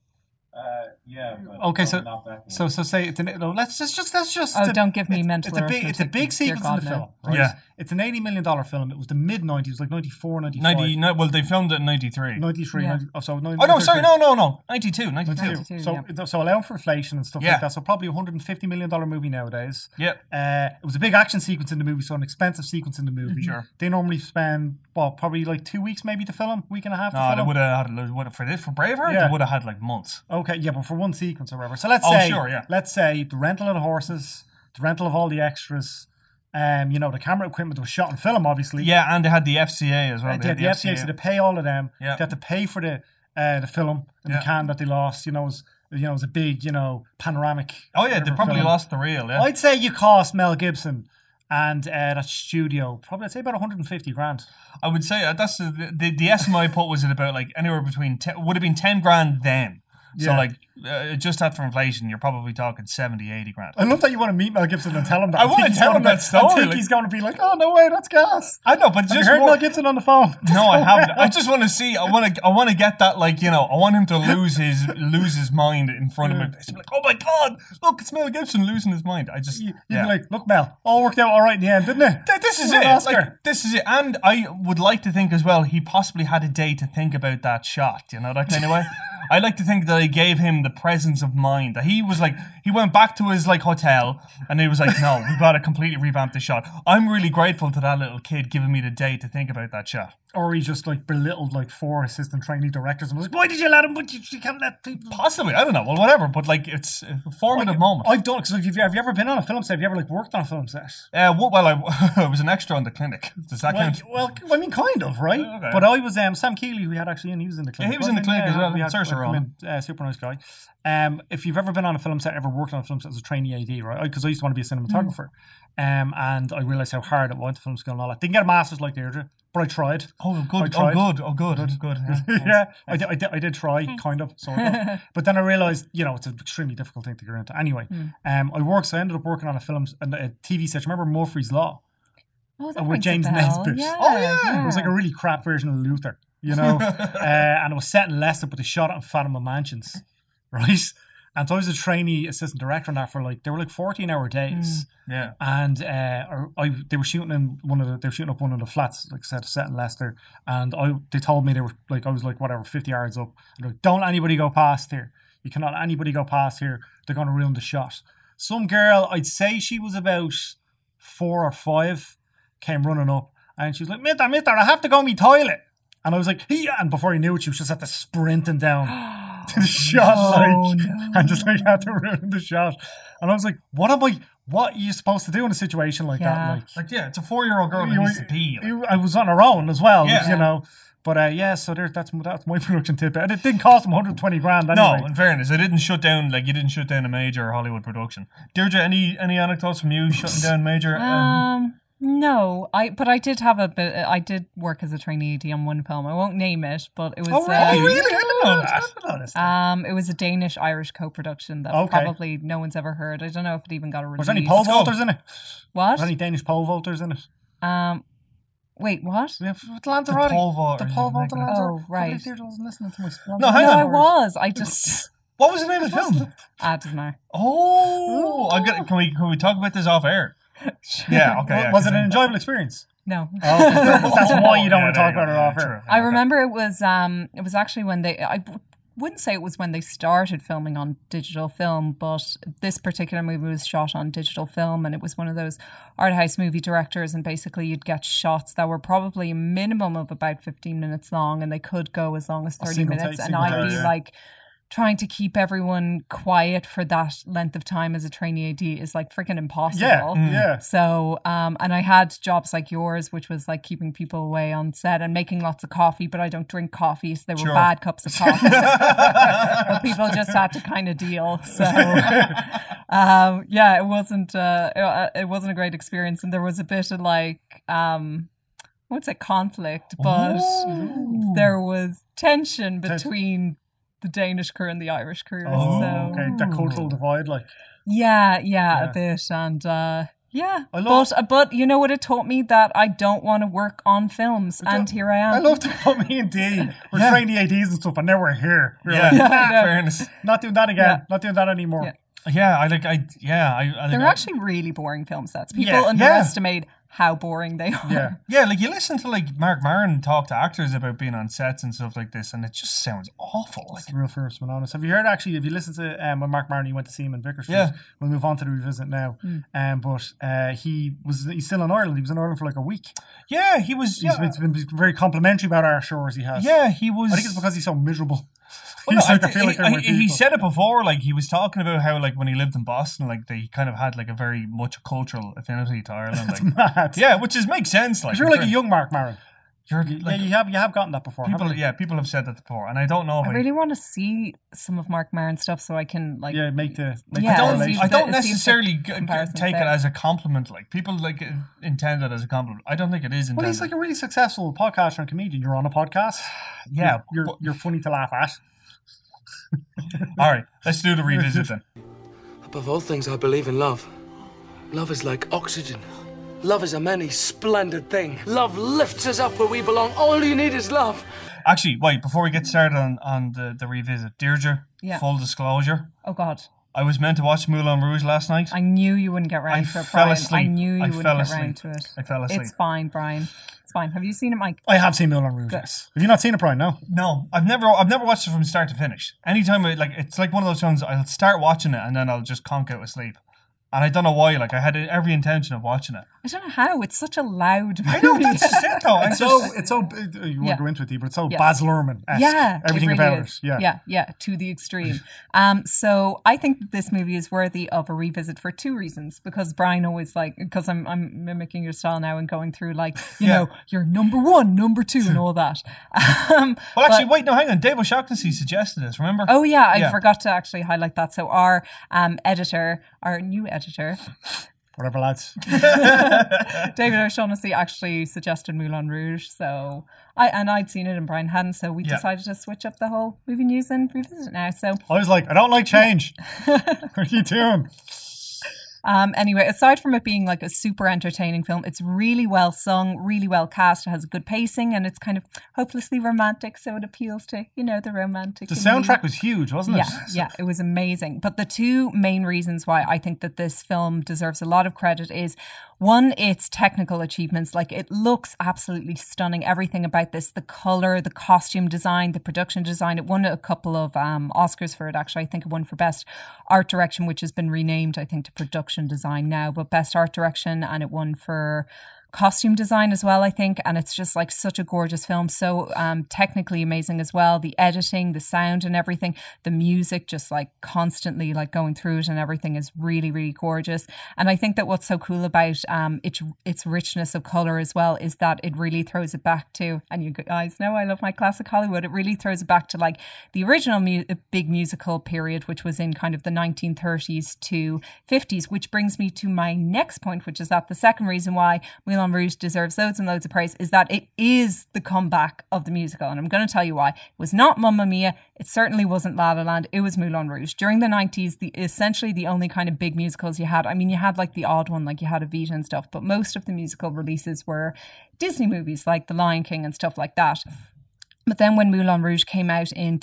[SPEAKER 7] Uh, Yeah. But
[SPEAKER 3] Okay, so-
[SPEAKER 7] probably not that one.
[SPEAKER 3] So so say it's an no, let's just just let's just
[SPEAKER 4] Oh,
[SPEAKER 3] it's a-
[SPEAKER 4] don't give me
[SPEAKER 3] it's,
[SPEAKER 4] mental
[SPEAKER 3] It's a big it's a
[SPEAKER 4] arithmetic,
[SPEAKER 3] big
[SPEAKER 4] dear
[SPEAKER 3] sequence in
[SPEAKER 4] God,
[SPEAKER 3] the
[SPEAKER 4] no.
[SPEAKER 3] film. Right?
[SPEAKER 5] Yeah.
[SPEAKER 3] it's an eighty million dollar film. It was the mid nineties, like 94, 95,
[SPEAKER 5] 90, no, well, they filmed it in 93.
[SPEAKER 3] 93,
[SPEAKER 4] Yeah.
[SPEAKER 3] 90 oh, so
[SPEAKER 5] Oh, no, sorry, no, no, no. 92, 92.
[SPEAKER 4] 92,
[SPEAKER 3] So, so allowing for inflation and stuff
[SPEAKER 5] Yeah.
[SPEAKER 3] like that. So probably a hundred and fifty million dollar movie nowadays.
[SPEAKER 5] Yep.
[SPEAKER 3] Uh, it was a big action sequence in the movie, so an expensive sequence in the movie.
[SPEAKER 5] Mm-hmm. Sure.
[SPEAKER 3] They normally spend well, probably like two weeks, maybe to film, week and a half. To
[SPEAKER 5] No, Ah, they
[SPEAKER 3] film.
[SPEAKER 5] would have had a would for this for Braveheart.
[SPEAKER 3] Yeah.
[SPEAKER 5] They would have had like months.
[SPEAKER 3] Okay, yeah, but for one sequence or whatever. So let's
[SPEAKER 5] Oh,
[SPEAKER 3] say,
[SPEAKER 5] sure, yeah.
[SPEAKER 3] let's say the rental of the horses, the rental of all the extras, um, you know, the camera equipment was shot in film, obviously.
[SPEAKER 5] Yeah, and they had the FCA as well.
[SPEAKER 3] And they had the FCA, so they pay all of them.
[SPEAKER 5] Yeah.
[SPEAKER 3] They had to pay for the uh, the film and
[SPEAKER 5] Yeah.
[SPEAKER 3] the can that they lost. You know, it was you know, it was a big, you know, panoramic.
[SPEAKER 5] Oh yeah, they
[SPEAKER 3] whatever
[SPEAKER 5] probably
[SPEAKER 3] film.
[SPEAKER 5] lost the reel. Yeah.
[SPEAKER 3] I'd say you cost Mel Gibson and uh, that studio probably I'd say about 150 grand.
[SPEAKER 5] I would say uh, that's the the, the estimate I put was at about like anywhere between te- would have been ten grand then. So
[SPEAKER 3] Yeah.
[SPEAKER 5] like uh, just after inflation, you're probably talking 70, 80 grand.
[SPEAKER 3] I love that you want to meet Mel Gibson and tell him that.
[SPEAKER 5] I wanna
[SPEAKER 3] think he's
[SPEAKER 5] tell
[SPEAKER 3] gonna
[SPEAKER 5] him
[SPEAKER 3] be-
[SPEAKER 5] that story,
[SPEAKER 3] I think
[SPEAKER 5] like-
[SPEAKER 3] he's going to be like, "Oh no way, that's gas."
[SPEAKER 5] I know, but
[SPEAKER 3] Have you
[SPEAKER 5] just
[SPEAKER 3] heard
[SPEAKER 5] more,
[SPEAKER 3] Mel Gibson on the phone?
[SPEAKER 5] no, I haven't. I just want to see. I want to. I want to get that. Like you know, I want him to lose his lose his mind in front of my face. Like, oh my god, look, it's Mel Gibson losing his mind. I just
[SPEAKER 3] you, you'd
[SPEAKER 5] yeah.
[SPEAKER 3] be like, look, Mel, all worked out all right in the end, didn't it?
[SPEAKER 5] Th- this is
[SPEAKER 3] Come
[SPEAKER 5] it.
[SPEAKER 3] on, Oscar.
[SPEAKER 5] Like, this is it. And I would like to think as well, he possibly had a day to think about that shot, you know, that kind of way. I like to think that I gave him the presence of mind. That he was like, he went back to his like hotel and he was like, no, we've got to completely revamp the shot. I'm really grateful to that little kid giving me the day to think about that shot.
[SPEAKER 3] or he just like belittled like four assistant trainee directors and was like, why did you let him? But you, you can't let people.
[SPEAKER 5] Possibly, I don't know. Well, whatever. But like, it's a formative moment.
[SPEAKER 3] I've done because have you, have you ever been on a film set? Have you ever like worked on a film set?
[SPEAKER 5] uh, well, well I, I was an extra on the clinic. Does that
[SPEAKER 3] Well,
[SPEAKER 5] count?
[SPEAKER 3] well, I mean, kind of, right?
[SPEAKER 5] Uh, okay.
[SPEAKER 3] But I was um, Sam Keeley, who we had actually, and he was in the clinic.
[SPEAKER 5] he was in the
[SPEAKER 3] wasn't he?
[SPEAKER 5] clinic as well.
[SPEAKER 3] we had- we had
[SPEAKER 5] Saoirse
[SPEAKER 3] him
[SPEAKER 5] Ronan.
[SPEAKER 3] in, uh, super nice guy. Um, if you've ever been on a film set, ever worked on a film set as a trainee AD, right? Because I used to want to be
[SPEAKER 5] Hmm.
[SPEAKER 3] a cinematographer, um, and I realized how hard it was to film school and all that. Didn't get a master's like Deirdre, but I tried.
[SPEAKER 5] Oh,
[SPEAKER 3] I
[SPEAKER 5] good. Oh,
[SPEAKER 3] tried.
[SPEAKER 5] good. Oh, good. Good. Yeah. Hmm.
[SPEAKER 3] yeah, I did, I, did, I did try, kind of, sort of. but then I realized, you know, it's an extremely difficult thing to get into. Anyway,
[SPEAKER 5] Hmm.
[SPEAKER 3] um, I worked, so I ended up working on a film, a TV set. Remember Murphy's Law?
[SPEAKER 4] Oh, that
[SPEAKER 3] With
[SPEAKER 4] rings a
[SPEAKER 3] James
[SPEAKER 4] bell.
[SPEAKER 3] Nesbitt.
[SPEAKER 4] Yeah,
[SPEAKER 5] Oh, yeah.
[SPEAKER 3] It was like a really crap version of Luther, you
[SPEAKER 5] Oh,
[SPEAKER 3] know? uh, and it was set in Leicester, but they shot it in Fatima Mansions, right? And so I was a trainee assistant director on that for like, they were like 14 hour days.
[SPEAKER 5] yeah.
[SPEAKER 3] And uh, or I, they were shooting in one of the, they were shooting up one of the flats, like I said, set in Leicester. And I, they told me they were like, I was like, whatever, 50 yards up. And like, don't let anybody go past here. You cannot let anybody go past here. They're going to ruin the shot. Some girl, I'd say she was about four or five, came running up and she was like, Mister, Mister, I have to go to me toilet. And I was like, yeah. And before he knew it, she was just at the sprinting down to the shot, like, and just like had to ruin the shot. And I was like, what am I, what are you supposed to do in a situation like
[SPEAKER 4] Yeah.
[SPEAKER 3] that? Like,
[SPEAKER 5] Like, yeah, it's a four-year-old girl that
[SPEAKER 3] You-
[SPEAKER 5] needs to pee. like.
[SPEAKER 3] you- I was on her own as well,
[SPEAKER 5] Yeah.
[SPEAKER 3] you know. But uh, yeah, so there, that's that's my production tip, and it didn't cost him 120 grand.
[SPEAKER 5] No,
[SPEAKER 3] Anyway.
[SPEAKER 5] in fairness, I didn't shut down like you didn't shut down a major Hollywood production. Deirdre, any any anecdotes from you shutting down major?
[SPEAKER 3] Uh,
[SPEAKER 5] Um,
[SPEAKER 4] Um, no, I but I did have a bit. I did work as a trainee AD on one film. I won't name it, but it was.
[SPEAKER 3] oh,
[SPEAKER 4] uh,
[SPEAKER 3] really?
[SPEAKER 5] really?
[SPEAKER 3] I didn't know that. I didn't know this.
[SPEAKER 4] Um, it was a Danish Irish co-production that
[SPEAKER 3] Okay.
[SPEAKER 4] probably no one's ever heard. I don't know if it even got a release. Oh,
[SPEAKER 3] was there any pole
[SPEAKER 5] go.
[SPEAKER 3] vaulters in it?
[SPEAKER 4] What?
[SPEAKER 3] Was there any Danish pole vaulters in it?
[SPEAKER 4] Um, wait, what?
[SPEAKER 3] Yeah, f- Lanzarote.
[SPEAKER 5] pole vault
[SPEAKER 3] The
[SPEAKER 5] or
[SPEAKER 3] pole
[SPEAKER 5] something
[SPEAKER 3] vault.
[SPEAKER 5] like that.
[SPEAKER 3] Lanzarote.
[SPEAKER 4] Oh, right.
[SPEAKER 3] Probably Deirdre wasn't listening to my
[SPEAKER 5] No, hang
[SPEAKER 4] no,
[SPEAKER 5] on.
[SPEAKER 4] I was. I just.
[SPEAKER 5] What was the name of the film?
[SPEAKER 4] Ah, it doesn't matter.
[SPEAKER 5] Oh, I got. Can we can we talk about this off air? Yeah. Okay. yeah,
[SPEAKER 3] was it
[SPEAKER 5] 'cause
[SPEAKER 3] an
[SPEAKER 5] then-
[SPEAKER 3] enjoyable experience?
[SPEAKER 4] No.
[SPEAKER 3] Oh, That's why you don't
[SPEAKER 5] Yeah,
[SPEAKER 3] want to
[SPEAKER 5] there
[SPEAKER 3] talk
[SPEAKER 5] you go,
[SPEAKER 3] about it
[SPEAKER 5] yeah,
[SPEAKER 3] off
[SPEAKER 5] true,
[SPEAKER 3] air.
[SPEAKER 5] yeah,
[SPEAKER 4] I
[SPEAKER 5] okay.
[SPEAKER 4] remember it was um it was actually when they I w- wouldn't say it was when they started filming on digital film, but this particular movie was shot on digital film and it was one of those art house movie directors and basically you'd get shots that were probably a minimum of about 15 minutes long and they could go as long as 30
[SPEAKER 3] single
[SPEAKER 4] minutes
[SPEAKER 3] take,
[SPEAKER 4] and
[SPEAKER 3] single
[SPEAKER 4] I'd
[SPEAKER 3] take,
[SPEAKER 4] be
[SPEAKER 3] yeah.
[SPEAKER 4] like trying to keep everyone quiet for that length of time as a trainee AD is like freaking impossible.
[SPEAKER 3] Yeah, mm,
[SPEAKER 5] Mm.
[SPEAKER 3] yeah.
[SPEAKER 4] So, um, and I had jobs like yours, which was like keeping people away on set and making lots of coffee, but I don't drink coffee, so there were
[SPEAKER 5] Sure.
[SPEAKER 4] bad cups of coffee. but people just had to kind of deal. So, um, yeah, it wasn't uh, it- uh, it wasn't a great experience, and there was a bit of like um, I won't say conflict, but
[SPEAKER 5] Ooh.
[SPEAKER 4] there was tension between the Danish crew and the Irish crew.
[SPEAKER 3] Oh,
[SPEAKER 4] so
[SPEAKER 3] okay. That cultural divide, like,
[SPEAKER 4] yeah, yeah,
[SPEAKER 3] Yeah.
[SPEAKER 4] a bit, and uh, yeah,
[SPEAKER 3] I love-
[SPEAKER 4] but uh, but you know what it taught me that I don't want to work on films,
[SPEAKER 3] don't-
[SPEAKER 4] and here I am.
[SPEAKER 3] I love to put me and D. We're
[SPEAKER 5] Yeah.
[SPEAKER 3] trained ADs and stuff, and now we're here. We're
[SPEAKER 5] Yeah,
[SPEAKER 3] like,
[SPEAKER 4] Yeah.
[SPEAKER 5] fairness.
[SPEAKER 3] not doing that again.
[SPEAKER 4] Yeah.
[SPEAKER 3] Not doing that anymore.
[SPEAKER 4] Yeah.
[SPEAKER 5] Yeah, I like. I yeah. I, I
[SPEAKER 4] They're
[SPEAKER 5] like,
[SPEAKER 4] actually really boring film sets. People
[SPEAKER 5] Yeah, yeah.
[SPEAKER 4] underestimate how boring they are.
[SPEAKER 3] Yeah.
[SPEAKER 5] Yeah, like you listen to like Mark Maron talk to actors about being on sets and stuff like this, and it just sounds awful. Like,
[SPEAKER 3] It's the real first one honest. Have you heard actually? If you listen to um, when Mark Maron, you went to see him in Vicker Street.
[SPEAKER 5] Yeah. Hmm.
[SPEAKER 3] We'll move on to the revisit now. Um, but uh, he was he's still in Ireland. He was in Ireland for like a week.
[SPEAKER 5] yeah, he was.
[SPEAKER 3] He's
[SPEAKER 5] Yeah,
[SPEAKER 3] been, he's been very complimentary about our shores. He has.
[SPEAKER 5] yeah he was.
[SPEAKER 3] I think it's because he's so miserable.
[SPEAKER 5] Well, no,
[SPEAKER 3] He's like,
[SPEAKER 5] I
[SPEAKER 3] I feel
[SPEAKER 5] thi-
[SPEAKER 3] like they're
[SPEAKER 5] he-
[SPEAKER 3] my
[SPEAKER 5] he- he
[SPEAKER 3] people.
[SPEAKER 5] said it before. Like he was talking about how like when he lived in Boston, like they kind of had like a very much cultural affinity to Ireland. Like,
[SPEAKER 3] Mad.
[SPEAKER 5] yeah, which is makes sense. Like
[SPEAKER 3] You're like a
[SPEAKER 5] you're-
[SPEAKER 3] young Mark Maron.
[SPEAKER 5] you're like
[SPEAKER 3] yeah, you have you have gotten that before.
[SPEAKER 5] people.
[SPEAKER 3] haven't you?
[SPEAKER 5] Yeah, people have said that before, and I don't know. If
[SPEAKER 4] I
[SPEAKER 5] I,
[SPEAKER 4] really want to see some of Mark Maron stuff so I can like.
[SPEAKER 3] yeah, make the make
[SPEAKER 4] Yeah,
[SPEAKER 5] I
[SPEAKER 3] the
[SPEAKER 5] don't,
[SPEAKER 4] see
[SPEAKER 3] correlation.
[SPEAKER 4] if
[SPEAKER 5] I
[SPEAKER 4] the-
[SPEAKER 5] don't
[SPEAKER 4] see if the
[SPEAKER 5] necessarily g- g-
[SPEAKER 4] comparison's
[SPEAKER 5] take it
[SPEAKER 4] there.
[SPEAKER 5] as a compliment. Like people like uh, intend it as a compliment. I don't think it is intended.
[SPEAKER 3] Well, he's like a really successful podcaster and comedian. You're on a podcast.
[SPEAKER 5] yeah.
[SPEAKER 3] you're
[SPEAKER 5] but-
[SPEAKER 3] you're funny to laugh at.
[SPEAKER 5] all right, let's do the revisit then.
[SPEAKER 8] Above all things, I believe in love. Love is like oxygen. Love is a many splendid thing. Love lifts us up where we belong. All you need is love.
[SPEAKER 5] Actually, wait, before we get started on, on the, the revisit, Deirdre,
[SPEAKER 4] Yeah.
[SPEAKER 5] full disclosure,
[SPEAKER 4] Oh God,
[SPEAKER 5] I was meant to watch Moulin Rouge last night.
[SPEAKER 4] I knew you wouldn't get round
[SPEAKER 5] I
[SPEAKER 4] to it,
[SPEAKER 5] fell
[SPEAKER 4] Brian. I
[SPEAKER 5] asleep.
[SPEAKER 4] knew you
[SPEAKER 5] I
[SPEAKER 4] wouldn't
[SPEAKER 5] fell
[SPEAKER 4] get round to
[SPEAKER 5] asleep.
[SPEAKER 4] it.
[SPEAKER 5] I fell
[SPEAKER 4] It's
[SPEAKER 5] asleep.
[SPEAKER 4] fine, Brian. It's fine. Have you seen it, Mike?
[SPEAKER 3] I have seen Moulin Rouge. Yes. Have you not seen it, Brian? No.
[SPEAKER 5] No, I've never I've never watched it from start to finish. Anytime I, like it's like one of those films I'll start watching it and then I'll just conk out with sleep. And I don't know why, like I had every intention of watching it.
[SPEAKER 4] I don't know how. It's such a loud. Movie.
[SPEAKER 5] I know that's just it though. I'm
[SPEAKER 3] It's so
[SPEAKER 5] just-
[SPEAKER 3] it's so it- you won't
[SPEAKER 4] Yeah.
[SPEAKER 3] go into it, Dee, but it's so
[SPEAKER 4] Yes.
[SPEAKER 3] Baz Luhrmann.
[SPEAKER 4] yeah, it
[SPEAKER 3] everything
[SPEAKER 4] really
[SPEAKER 3] about
[SPEAKER 4] is.
[SPEAKER 3] it. Yeah,
[SPEAKER 4] yeah, yeah, to the extreme. um, so I think that this movie is worthy of a revisit for two reasons. Because Brian always like because I'm I'm mimicking your style now and going through like you
[SPEAKER 5] Yeah.
[SPEAKER 4] know your number one, number two, and all that. Um,
[SPEAKER 5] well actually
[SPEAKER 4] but-
[SPEAKER 5] wait, no, hang on. Dave O'Shaughnessy suggested this, remember?
[SPEAKER 4] Oh yeah, I
[SPEAKER 5] Yeah.
[SPEAKER 4] forgot to actually highlight that. So our um, editor, our new editor,
[SPEAKER 3] whatever, lads.
[SPEAKER 4] David O'Shaughnessy, actually suggested Moulin Rouge. So I and I'd seen it and Brian hadn't, so we
[SPEAKER 5] Yeah.
[SPEAKER 4] decided to switch up the whole movie news and revisit it now. So
[SPEAKER 3] I was like, I don't like change. what are you doing?
[SPEAKER 4] Um, anyway, aside from it being like a super entertaining film, it's really well sung, really well cast. It has good pacing, and it's kind of hopelessly romantic, so it appeals to you know the romantic.
[SPEAKER 3] The
[SPEAKER 4] in me.
[SPEAKER 3] soundtrack was huge, wasn't it?
[SPEAKER 4] Yeah, yeah, it was amazing. But the two main reasons why I think that this film deserves a lot of credit is one, its technical achievements. Like it looks absolutely stunning. Everything about this, the color, the costume design, the production design. It won a couple of um, Oscars for it. Actually, I think it won for best art direction, which has been renamed, I think, to production design now. But best art direction, and it won for costume design as well, I think. And it's just like such a gorgeous film. So um, technically amazing as well. The editing, the sound, and everything. The music, just like constantly like going through it, and everything is really, really gorgeous. And I think that what's so cool about um, its its richness of color as well is that it really throws it back to. And you guys know I love my classic Hollywood. It really throws it back to like the original mu- big musical period, which was in kind of the 1930s to 50s, which brings me to my next point, which is that the second reason why Moulin Rouge deserves loads and loads of praise is that it is the comeback of the musical. And I'm going to tell you why. It was not Mamma Mia. It certainly wasn't La La Land. It was Moulin Rouge. During the 90s, the essentially the only kind of big musicals you had, I mean, you had like the odd one, like you had Evita and stuff, but most of the musical releases were Disney movies like The Lion King and stuff like that. But then when Moulin Rouge came out in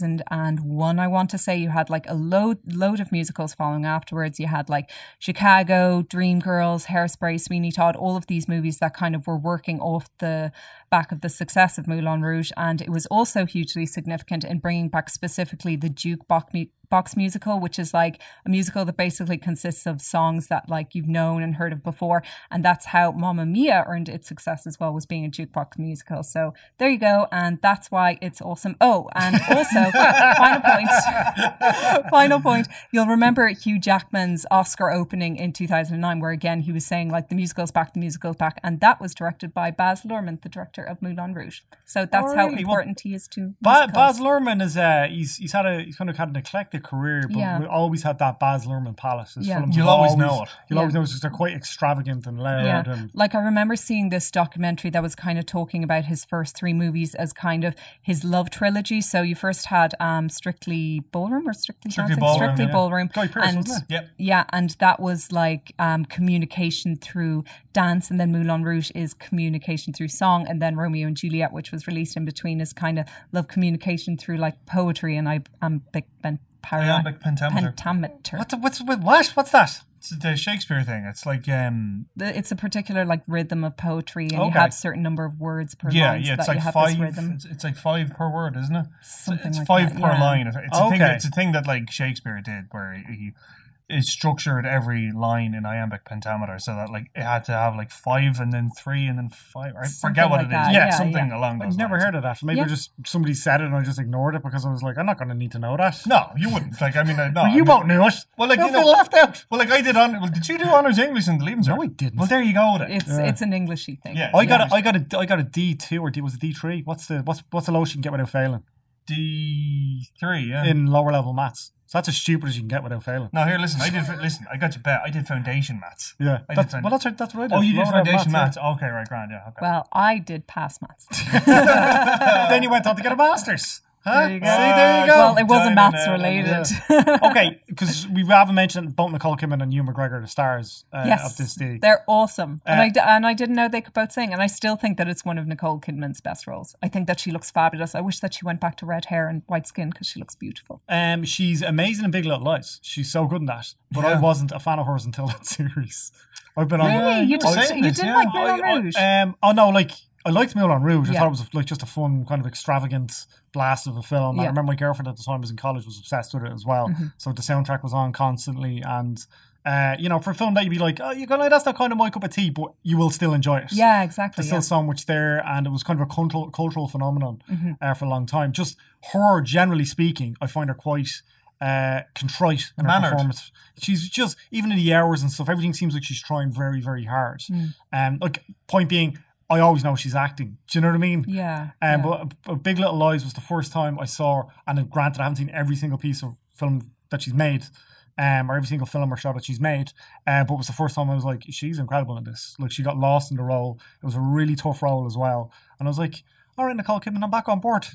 [SPEAKER 4] 2001, I want to say you had like a load load of musicals following afterwards. You had like Chicago, Dreamgirls, Hairspray, Sweeney Todd, all of these movies that kind of were working off the back of the success of Moulin Rouge and it was also hugely significant in bringing back specifically the jukebox mu- box musical, which is like a musical that basically consists of songs that like you've known and heard of before, and that's how Mamma Mia earned its success as well was being a jukebox musical. So there you go, and that's why it's awesome. Oh, and also final point, final point. You'll remember Hugh Jackman's Oscar opening in 2009, where again he was saying like the musical's back, the musical's back, and that was directed by Baz Luhrmann, the director of Moulin Rouge. So that's how
[SPEAKER 3] Alrighty, well,
[SPEAKER 4] important he is to
[SPEAKER 3] Ba-
[SPEAKER 4] musicals.
[SPEAKER 3] Baz Luhrmann is uh, he's he's had a he's kind of had an eclectic career, but
[SPEAKER 4] Yeah.
[SPEAKER 3] we always had that Baz Luhrmann palette. His
[SPEAKER 4] Yeah.
[SPEAKER 3] films
[SPEAKER 5] You'll
[SPEAKER 3] have
[SPEAKER 5] always know it.
[SPEAKER 3] You'll always
[SPEAKER 4] Yeah.
[SPEAKER 3] know it's just they're quite extravagant and loud.
[SPEAKER 4] Yeah.
[SPEAKER 3] And
[SPEAKER 4] Like I remember seeing this documentary that was kind of talking about his first three movies as kind of his love trilogy. So you first had um Strictly Ballroom or Strictly
[SPEAKER 5] Strictly
[SPEAKER 4] Dancing?
[SPEAKER 5] Ballroom,
[SPEAKER 4] Strictly
[SPEAKER 5] yeah.
[SPEAKER 4] Ballroom.
[SPEAKER 3] Guy Pearce,
[SPEAKER 4] and
[SPEAKER 3] wasn't it?
[SPEAKER 5] Yep.
[SPEAKER 4] yeah, and that was like um, communication through dance, and then Moulin Rouge is communication through song, and then Romeo and Juliet, which was released in between, is kind of love communication through like poetry and I iambic ben, para-
[SPEAKER 5] Iambic pentameter.
[SPEAKER 4] pentameter.
[SPEAKER 3] What's what's what, what what's that?
[SPEAKER 5] It's the Shakespeare thing. It's like um
[SPEAKER 4] the- it's a particular like rhythm of poetry, and you
[SPEAKER 3] Okay.
[SPEAKER 4] have certain number of words per
[SPEAKER 5] yeah
[SPEAKER 4] line. so
[SPEAKER 5] yeah. It's
[SPEAKER 4] that
[SPEAKER 5] like
[SPEAKER 4] you have
[SPEAKER 5] five.
[SPEAKER 4] This rhythm.
[SPEAKER 5] It's, it's like five per word, isn't it?
[SPEAKER 4] Something
[SPEAKER 5] it's
[SPEAKER 4] like
[SPEAKER 5] five
[SPEAKER 4] that,
[SPEAKER 5] per
[SPEAKER 4] yeah.
[SPEAKER 5] line. It's a thing.
[SPEAKER 3] Okay.
[SPEAKER 5] It's a thing that like Shakespeare did, where he it structured every line in iambic pentameter, so that like it had to have like five and then three and then five. I
[SPEAKER 4] Something
[SPEAKER 5] forget what
[SPEAKER 4] like
[SPEAKER 5] it is.
[SPEAKER 4] that,
[SPEAKER 5] but
[SPEAKER 4] yeah,
[SPEAKER 5] something
[SPEAKER 4] yeah.
[SPEAKER 5] along those.
[SPEAKER 3] I've never
[SPEAKER 5] lines.
[SPEAKER 3] heard of that. Maybe
[SPEAKER 4] Yeah.
[SPEAKER 3] just somebody said it and I just ignored it because I was like, I'm not going to need to know that.
[SPEAKER 5] No, you wouldn't. Like I mean, uh, no.
[SPEAKER 3] Well, you
[SPEAKER 5] I mean-
[SPEAKER 3] won't know it.
[SPEAKER 5] Well, like
[SPEAKER 3] You'll
[SPEAKER 5] you know,
[SPEAKER 3] feel left out.
[SPEAKER 5] Well, like I did on. Well, did you do honors English in the Leavens?
[SPEAKER 3] No, I didn't.
[SPEAKER 5] Well, there you go. Then.
[SPEAKER 4] It's it's an Englishy thing.
[SPEAKER 5] Yeah.
[SPEAKER 3] I got a, I got a, I got a D two or D was it D three? What's the what's what's the lowest you can get without failing
[SPEAKER 5] D three. Yeah.
[SPEAKER 3] in lower level maths? So that's as stupid as you can get without failing.
[SPEAKER 5] No, here, listen. I did. Listen, I got you bet. I did foundation maths.
[SPEAKER 3] Yeah,
[SPEAKER 5] I
[SPEAKER 3] that's,
[SPEAKER 5] did
[SPEAKER 3] well, that's what- that's what I did.
[SPEAKER 5] Oh, you
[SPEAKER 3] lower
[SPEAKER 5] did
[SPEAKER 3] level
[SPEAKER 5] foundation
[SPEAKER 3] yeah.
[SPEAKER 5] maths. Okay, right, grand. Yeah. Okay.
[SPEAKER 4] Well, I did pass maths.
[SPEAKER 3] then you went on to get a master's. Huh?
[SPEAKER 4] There you go.
[SPEAKER 3] See, there you go.
[SPEAKER 4] well, it wasn't
[SPEAKER 5] Down
[SPEAKER 4] maths
[SPEAKER 5] and out and
[SPEAKER 4] related.
[SPEAKER 3] okay, because we haven't mentioned both Nicole Kidman and Hugh McGregor, the stars uh, of this
[SPEAKER 4] yes,
[SPEAKER 3] day.
[SPEAKER 4] they're awesome, and
[SPEAKER 3] Uh,
[SPEAKER 4] I d- and I didn't know they could both sing, and I still think that it's one of Nicole Kidman's best roles. I think that she looks fabulous. I wish that she went back to red hair and white skin because she looks beautiful.
[SPEAKER 3] Um, she's amazing in Big Little Lies. She's so good in that. But I
[SPEAKER 5] Yeah.
[SPEAKER 3] wasn't a fan of hers until that series. I've been on.
[SPEAKER 4] Really? You
[SPEAKER 5] were
[SPEAKER 4] didn't-
[SPEAKER 5] Uh, saying
[SPEAKER 4] you
[SPEAKER 5] this,
[SPEAKER 4] didn't
[SPEAKER 5] oh, yeah.
[SPEAKER 4] like Moulin
[SPEAKER 5] I- uh, I-
[SPEAKER 4] Rouge?
[SPEAKER 3] Um, oh no, like I liked Moulin Rouge. I
[SPEAKER 4] Yeah.
[SPEAKER 3] thought it was like just a fun, kind of extravagant blast of a film. And I
[SPEAKER 4] Yeah. Mm-hmm.
[SPEAKER 3] remember my girlfriend at the time was in college was obsessed with it as well. So the soundtrack was on constantly, and uh, you know, for a film that you'd be like, oh, you're gonna that's not kind of my cup of tea, but you will still enjoy it.
[SPEAKER 4] Yeah, exactly.
[SPEAKER 3] There's
[SPEAKER 4] yeah. Mm-hmm.
[SPEAKER 3] still so much there, and it was kind of a cultural, cultural phenomenon uh, for a long time. Just her, generally speaking, I find her quite uh, contrite in her
[SPEAKER 5] Mannered.
[SPEAKER 3] performance. She's just even in the hours and stuff, everything seems like she's trying very, very hard.
[SPEAKER 4] Mm.
[SPEAKER 3] And like point being, I always know she's acting. Do you know what I mean?
[SPEAKER 4] Yeah.
[SPEAKER 3] Um,
[SPEAKER 4] yeah.
[SPEAKER 3] But but Big Little Lies was the first time I saw, and granted, I haven't seen every single piece of film that she's made, um, or every single film or shot that she's made. Uh, but it was the first time I was like, she's incredible in this. Like she got lost in the role. It was a really tough role as well, and I was like, all right, Nicole Kidman, I'm back on board.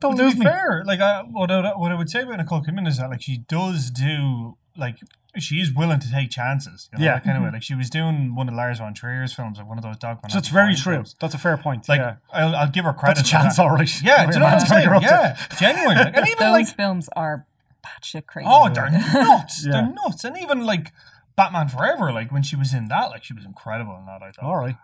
[SPEAKER 3] Don't
[SPEAKER 5] to
[SPEAKER 3] lose
[SPEAKER 5] be
[SPEAKER 3] me.
[SPEAKER 5] fair, like I, what, I, what I would say about Nicole Kidman is that like she does do like she is willing to take chances. You know,
[SPEAKER 3] Yeah.
[SPEAKER 5] that kind of
[SPEAKER 4] Mm-hmm.
[SPEAKER 5] way. Like she was doing one of Lars von Trier's films, like one of those dog.
[SPEAKER 3] So that's very true. That's a fair point.
[SPEAKER 5] Like
[SPEAKER 3] yeah.
[SPEAKER 5] I'll, I'll give her credit.
[SPEAKER 3] That's a
[SPEAKER 5] for
[SPEAKER 3] chance,
[SPEAKER 5] that.
[SPEAKER 3] all right.
[SPEAKER 5] Yeah, do you know what I'm
[SPEAKER 3] Man's gonna
[SPEAKER 5] saying?
[SPEAKER 3] grow up to-
[SPEAKER 5] Yeah, genuine. Like, and even
[SPEAKER 4] Those
[SPEAKER 5] like
[SPEAKER 4] films are batshit crazy.
[SPEAKER 5] Oh, they're nuts!
[SPEAKER 3] Yeah.
[SPEAKER 5] They're nuts! And even like Batman Forever, like when she was in that, like she was incredible in that. I thought
[SPEAKER 3] All right.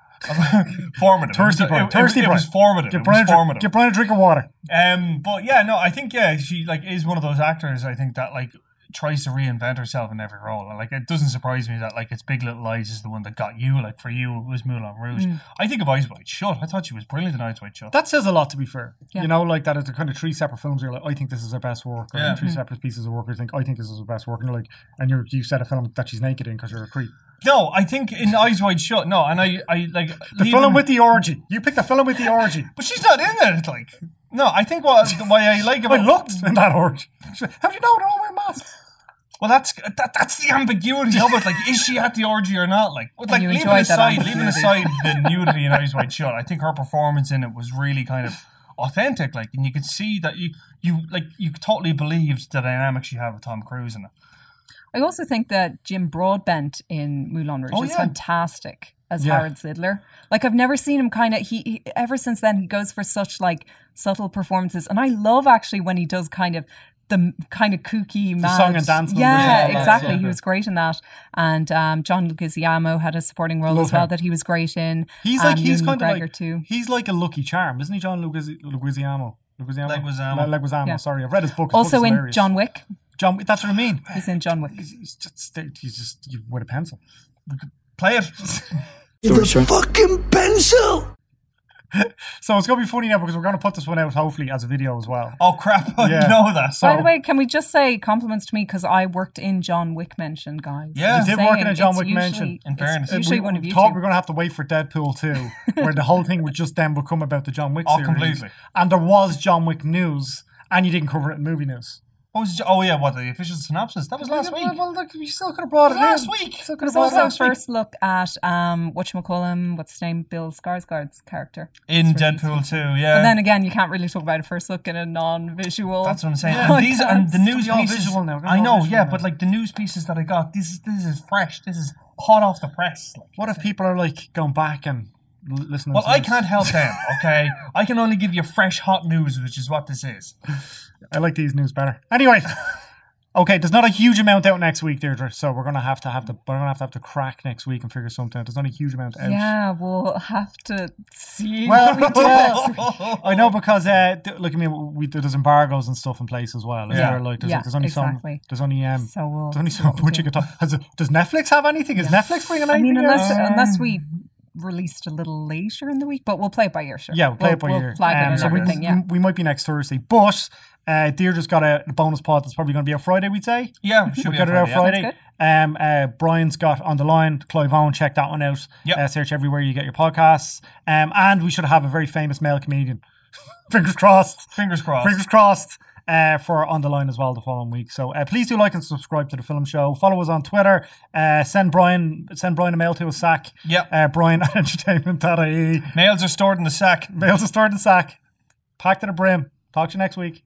[SPEAKER 5] formative.
[SPEAKER 3] Oh, Thirsty
[SPEAKER 5] it, was-
[SPEAKER 3] Brian,
[SPEAKER 5] It,
[SPEAKER 3] thirsty
[SPEAKER 5] it, it
[SPEAKER 3] Brian.
[SPEAKER 5] was formative.
[SPEAKER 3] Get
[SPEAKER 5] it was
[SPEAKER 3] Brian, a drink-
[SPEAKER 5] formative.
[SPEAKER 3] get Brian a drink of water.
[SPEAKER 5] Um, but yeah, no, I think yeah, she like is one of those actors. I think that like tries to reinvent herself in every role. And, Like it doesn't surprise me that like it's Big Little Lies is the one that got you. Like for you, it was Moulin Rouge. I think of Eyes Wide Shut. I thought she was brilliant in Eyes Wide Shut.
[SPEAKER 3] That says a lot, to be fair.
[SPEAKER 4] Yeah.
[SPEAKER 3] You know, like that is the kind of three separate films. You're like, I think this is her best work, or
[SPEAKER 5] Yeah.
[SPEAKER 4] Hmm.
[SPEAKER 3] 3 separate pieces of work. You think I think this is her best work, and you're like, and you're, you said a film that she's naked in because you're a creep.
[SPEAKER 5] no, I think in Eyes Wide Shut. No, and I, I like
[SPEAKER 3] The film with the orgy. You picked the film with the orgy.
[SPEAKER 5] but she's not in it. Like no, I think what why I like
[SPEAKER 3] I
[SPEAKER 5] about
[SPEAKER 3] looked in that orgy. How do you know they're all wearing masks?
[SPEAKER 5] Well, that's that, that's the ambiguity of it. Like, is she at the orgy or not? Like, like
[SPEAKER 4] you
[SPEAKER 5] leaving
[SPEAKER 4] enjoyed that
[SPEAKER 5] aside, leaving
[SPEAKER 4] ambiguity.
[SPEAKER 5] aside the nudity in Eyes Wide Shut, I think her performance in it was really kind of authentic. Like, and you could see that you you like you totally believed the dynamic you have with Tom Cruise in it.
[SPEAKER 4] I also think that Jim Broadbent in Moulin Rouge
[SPEAKER 5] Oh,
[SPEAKER 4] is
[SPEAKER 5] yeah.
[SPEAKER 4] fantastic as
[SPEAKER 3] Yeah.
[SPEAKER 4] Howard Zidler. Like I've never seen him kind of he, he ever since then he goes for such like subtle performances, and I love actually when he does kind of the kind of kooky mad
[SPEAKER 3] song and dance numbers and
[SPEAKER 4] Yeah,
[SPEAKER 3] all that,
[SPEAKER 4] exactly.
[SPEAKER 3] yeah.
[SPEAKER 4] He was great in that, and um, John Leguizamo had a supporting role
[SPEAKER 3] Love
[SPEAKER 4] as well
[SPEAKER 3] him.
[SPEAKER 4] that he was great in.
[SPEAKER 3] He's like
[SPEAKER 4] Um,
[SPEAKER 3] he's
[SPEAKER 4] Ewan
[SPEAKER 3] kind of
[SPEAKER 4] McGregor
[SPEAKER 3] like
[SPEAKER 4] too.
[SPEAKER 3] he's like a lucky charm, isn't he, John Leguiz- Leguizamo? Leguizamo.
[SPEAKER 5] Leguizamo.
[SPEAKER 3] Le- Leguizamo,
[SPEAKER 4] Yeah.
[SPEAKER 3] Sorry, I've read his book. His book
[SPEAKER 4] Also
[SPEAKER 3] is
[SPEAKER 4] in
[SPEAKER 3] hilarious.
[SPEAKER 4] John Wick,
[SPEAKER 3] John, that's what I mean.
[SPEAKER 4] He's in John Wick.
[SPEAKER 3] He's, he's just he's just with a pencil.
[SPEAKER 5] Play it.
[SPEAKER 3] So it's gonna be funny now because we're gonna put this one out hopefully as a video as well.
[SPEAKER 5] Oh crap! I
[SPEAKER 3] Yeah.
[SPEAKER 5] know that.
[SPEAKER 3] So-
[SPEAKER 4] By the way, can we just say compliments to me because I worked in John Wick Mansion, guys?
[SPEAKER 5] Yeah.
[SPEAKER 4] Just
[SPEAKER 3] You did work in
[SPEAKER 4] saying,
[SPEAKER 3] a John
[SPEAKER 4] it's
[SPEAKER 3] Wick
[SPEAKER 4] usually-
[SPEAKER 3] mansion. In
[SPEAKER 4] it's
[SPEAKER 5] fairness. Uh,
[SPEAKER 4] usually
[SPEAKER 3] we,
[SPEAKER 4] one of
[SPEAKER 3] we
[SPEAKER 4] you.
[SPEAKER 3] thought
[SPEAKER 4] two.
[SPEAKER 3] we are gonna have to wait for Deadpool 2, where the whole thing would just then become about the John Wick
[SPEAKER 5] Oh,
[SPEAKER 3] series.
[SPEAKER 5] completely.
[SPEAKER 3] And there was John Wick news, and you didn't cover it in movie news.
[SPEAKER 5] What was it? oh yeah, what the official synopsis? That was last week.
[SPEAKER 3] Well, look, you still could have brought it
[SPEAKER 5] Last
[SPEAKER 3] in.
[SPEAKER 5] week.
[SPEAKER 3] Still
[SPEAKER 4] It
[SPEAKER 3] could have
[SPEAKER 4] was
[SPEAKER 3] brought it
[SPEAKER 4] also our
[SPEAKER 3] last week.
[SPEAKER 4] first look at um, whatchamacallum, what's his name, Bill Skarsgård's character.
[SPEAKER 5] In
[SPEAKER 4] It's really
[SPEAKER 5] Deadpool two,
[SPEAKER 4] But
[SPEAKER 5] yeah.
[SPEAKER 4] then again, you can't really talk about a first look in a non-visual.
[SPEAKER 5] That's what I'm saying.
[SPEAKER 4] Yeah.
[SPEAKER 5] And these and the
[SPEAKER 4] It's
[SPEAKER 5] news
[SPEAKER 3] all
[SPEAKER 5] pieces.
[SPEAKER 3] visual now. It's
[SPEAKER 5] I
[SPEAKER 3] all
[SPEAKER 5] know,
[SPEAKER 3] visual
[SPEAKER 5] yeah,
[SPEAKER 3] now.
[SPEAKER 5] but like the news pieces that I got, this is this is fresh. This is hot off the press. Like,
[SPEAKER 3] What if people are like going back and l- listening?
[SPEAKER 5] well,
[SPEAKER 3] to
[SPEAKER 5] I
[SPEAKER 3] this?
[SPEAKER 5] can't help them. Okay, I can only give you fresh, hot news, which is what this is.
[SPEAKER 3] I like these news better. Anyway, okay, there's not a huge amount out next week, Deirdre. So we're gonna have to have the we're gonna have to have to crack next week and figure something out. There's not a huge amount out.
[SPEAKER 4] Yeah, we'll have to see.
[SPEAKER 3] Well,
[SPEAKER 4] what we do next.
[SPEAKER 3] I know because uh, th- look, I mean, we, there's embargoes and stuff in place as well. Is
[SPEAKER 5] Yeah.
[SPEAKER 3] there? Like, there's,
[SPEAKER 4] Yeah,
[SPEAKER 3] there's only some.
[SPEAKER 4] exactly.
[SPEAKER 3] There's only um.
[SPEAKER 4] so we'll.
[SPEAKER 3] there's only so much you could talk. Has, does Netflix have anything? Is Netflix bringing
[SPEAKER 4] I
[SPEAKER 3] anything?
[SPEAKER 4] mean,
[SPEAKER 3] out?
[SPEAKER 4] unless unless we released a little later in the week, but we'll play it by ear. Sure.
[SPEAKER 3] Yeah, we'll play it by
[SPEAKER 4] we'll
[SPEAKER 3] ear.
[SPEAKER 4] Flag it
[SPEAKER 3] Um,
[SPEAKER 4] and
[SPEAKER 3] so we,
[SPEAKER 4] everything. yeah.
[SPEAKER 3] we, we might be next Thursday, but uh, Deirdre's got a bonus pod that's probably going to be a Friday. We'd say
[SPEAKER 5] Yeah, should
[SPEAKER 3] we
[SPEAKER 5] be
[SPEAKER 3] got
[SPEAKER 5] on
[SPEAKER 3] it out
[SPEAKER 5] Friday, yeah.
[SPEAKER 3] Friday.
[SPEAKER 4] Sounds
[SPEAKER 3] Um, uh, Brian's got on the line. Clive Owen, check that one out.
[SPEAKER 5] Yep.
[SPEAKER 3] Uh, search everywhere you get your podcasts. Um, and we should have a very famous male comedian. Fingers crossed.
[SPEAKER 5] Fingers crossed.
[SPEAKER 3] Fingers crossed uh, for On the Line as well the following week. So uh, please do like and subscribe to the film show. Follow us on Twitter. Uh, send Brian send Brian a mail to a sack.
[SPEAKER 5] Yep.
[SPEAKER 3] Uh, Brian at entertainment.ie.
[SPEAKER 5] Nails are stored in the sack.
[SPEAKER 3] Mails to start in sack. Packed to the brim. Talk to you next week.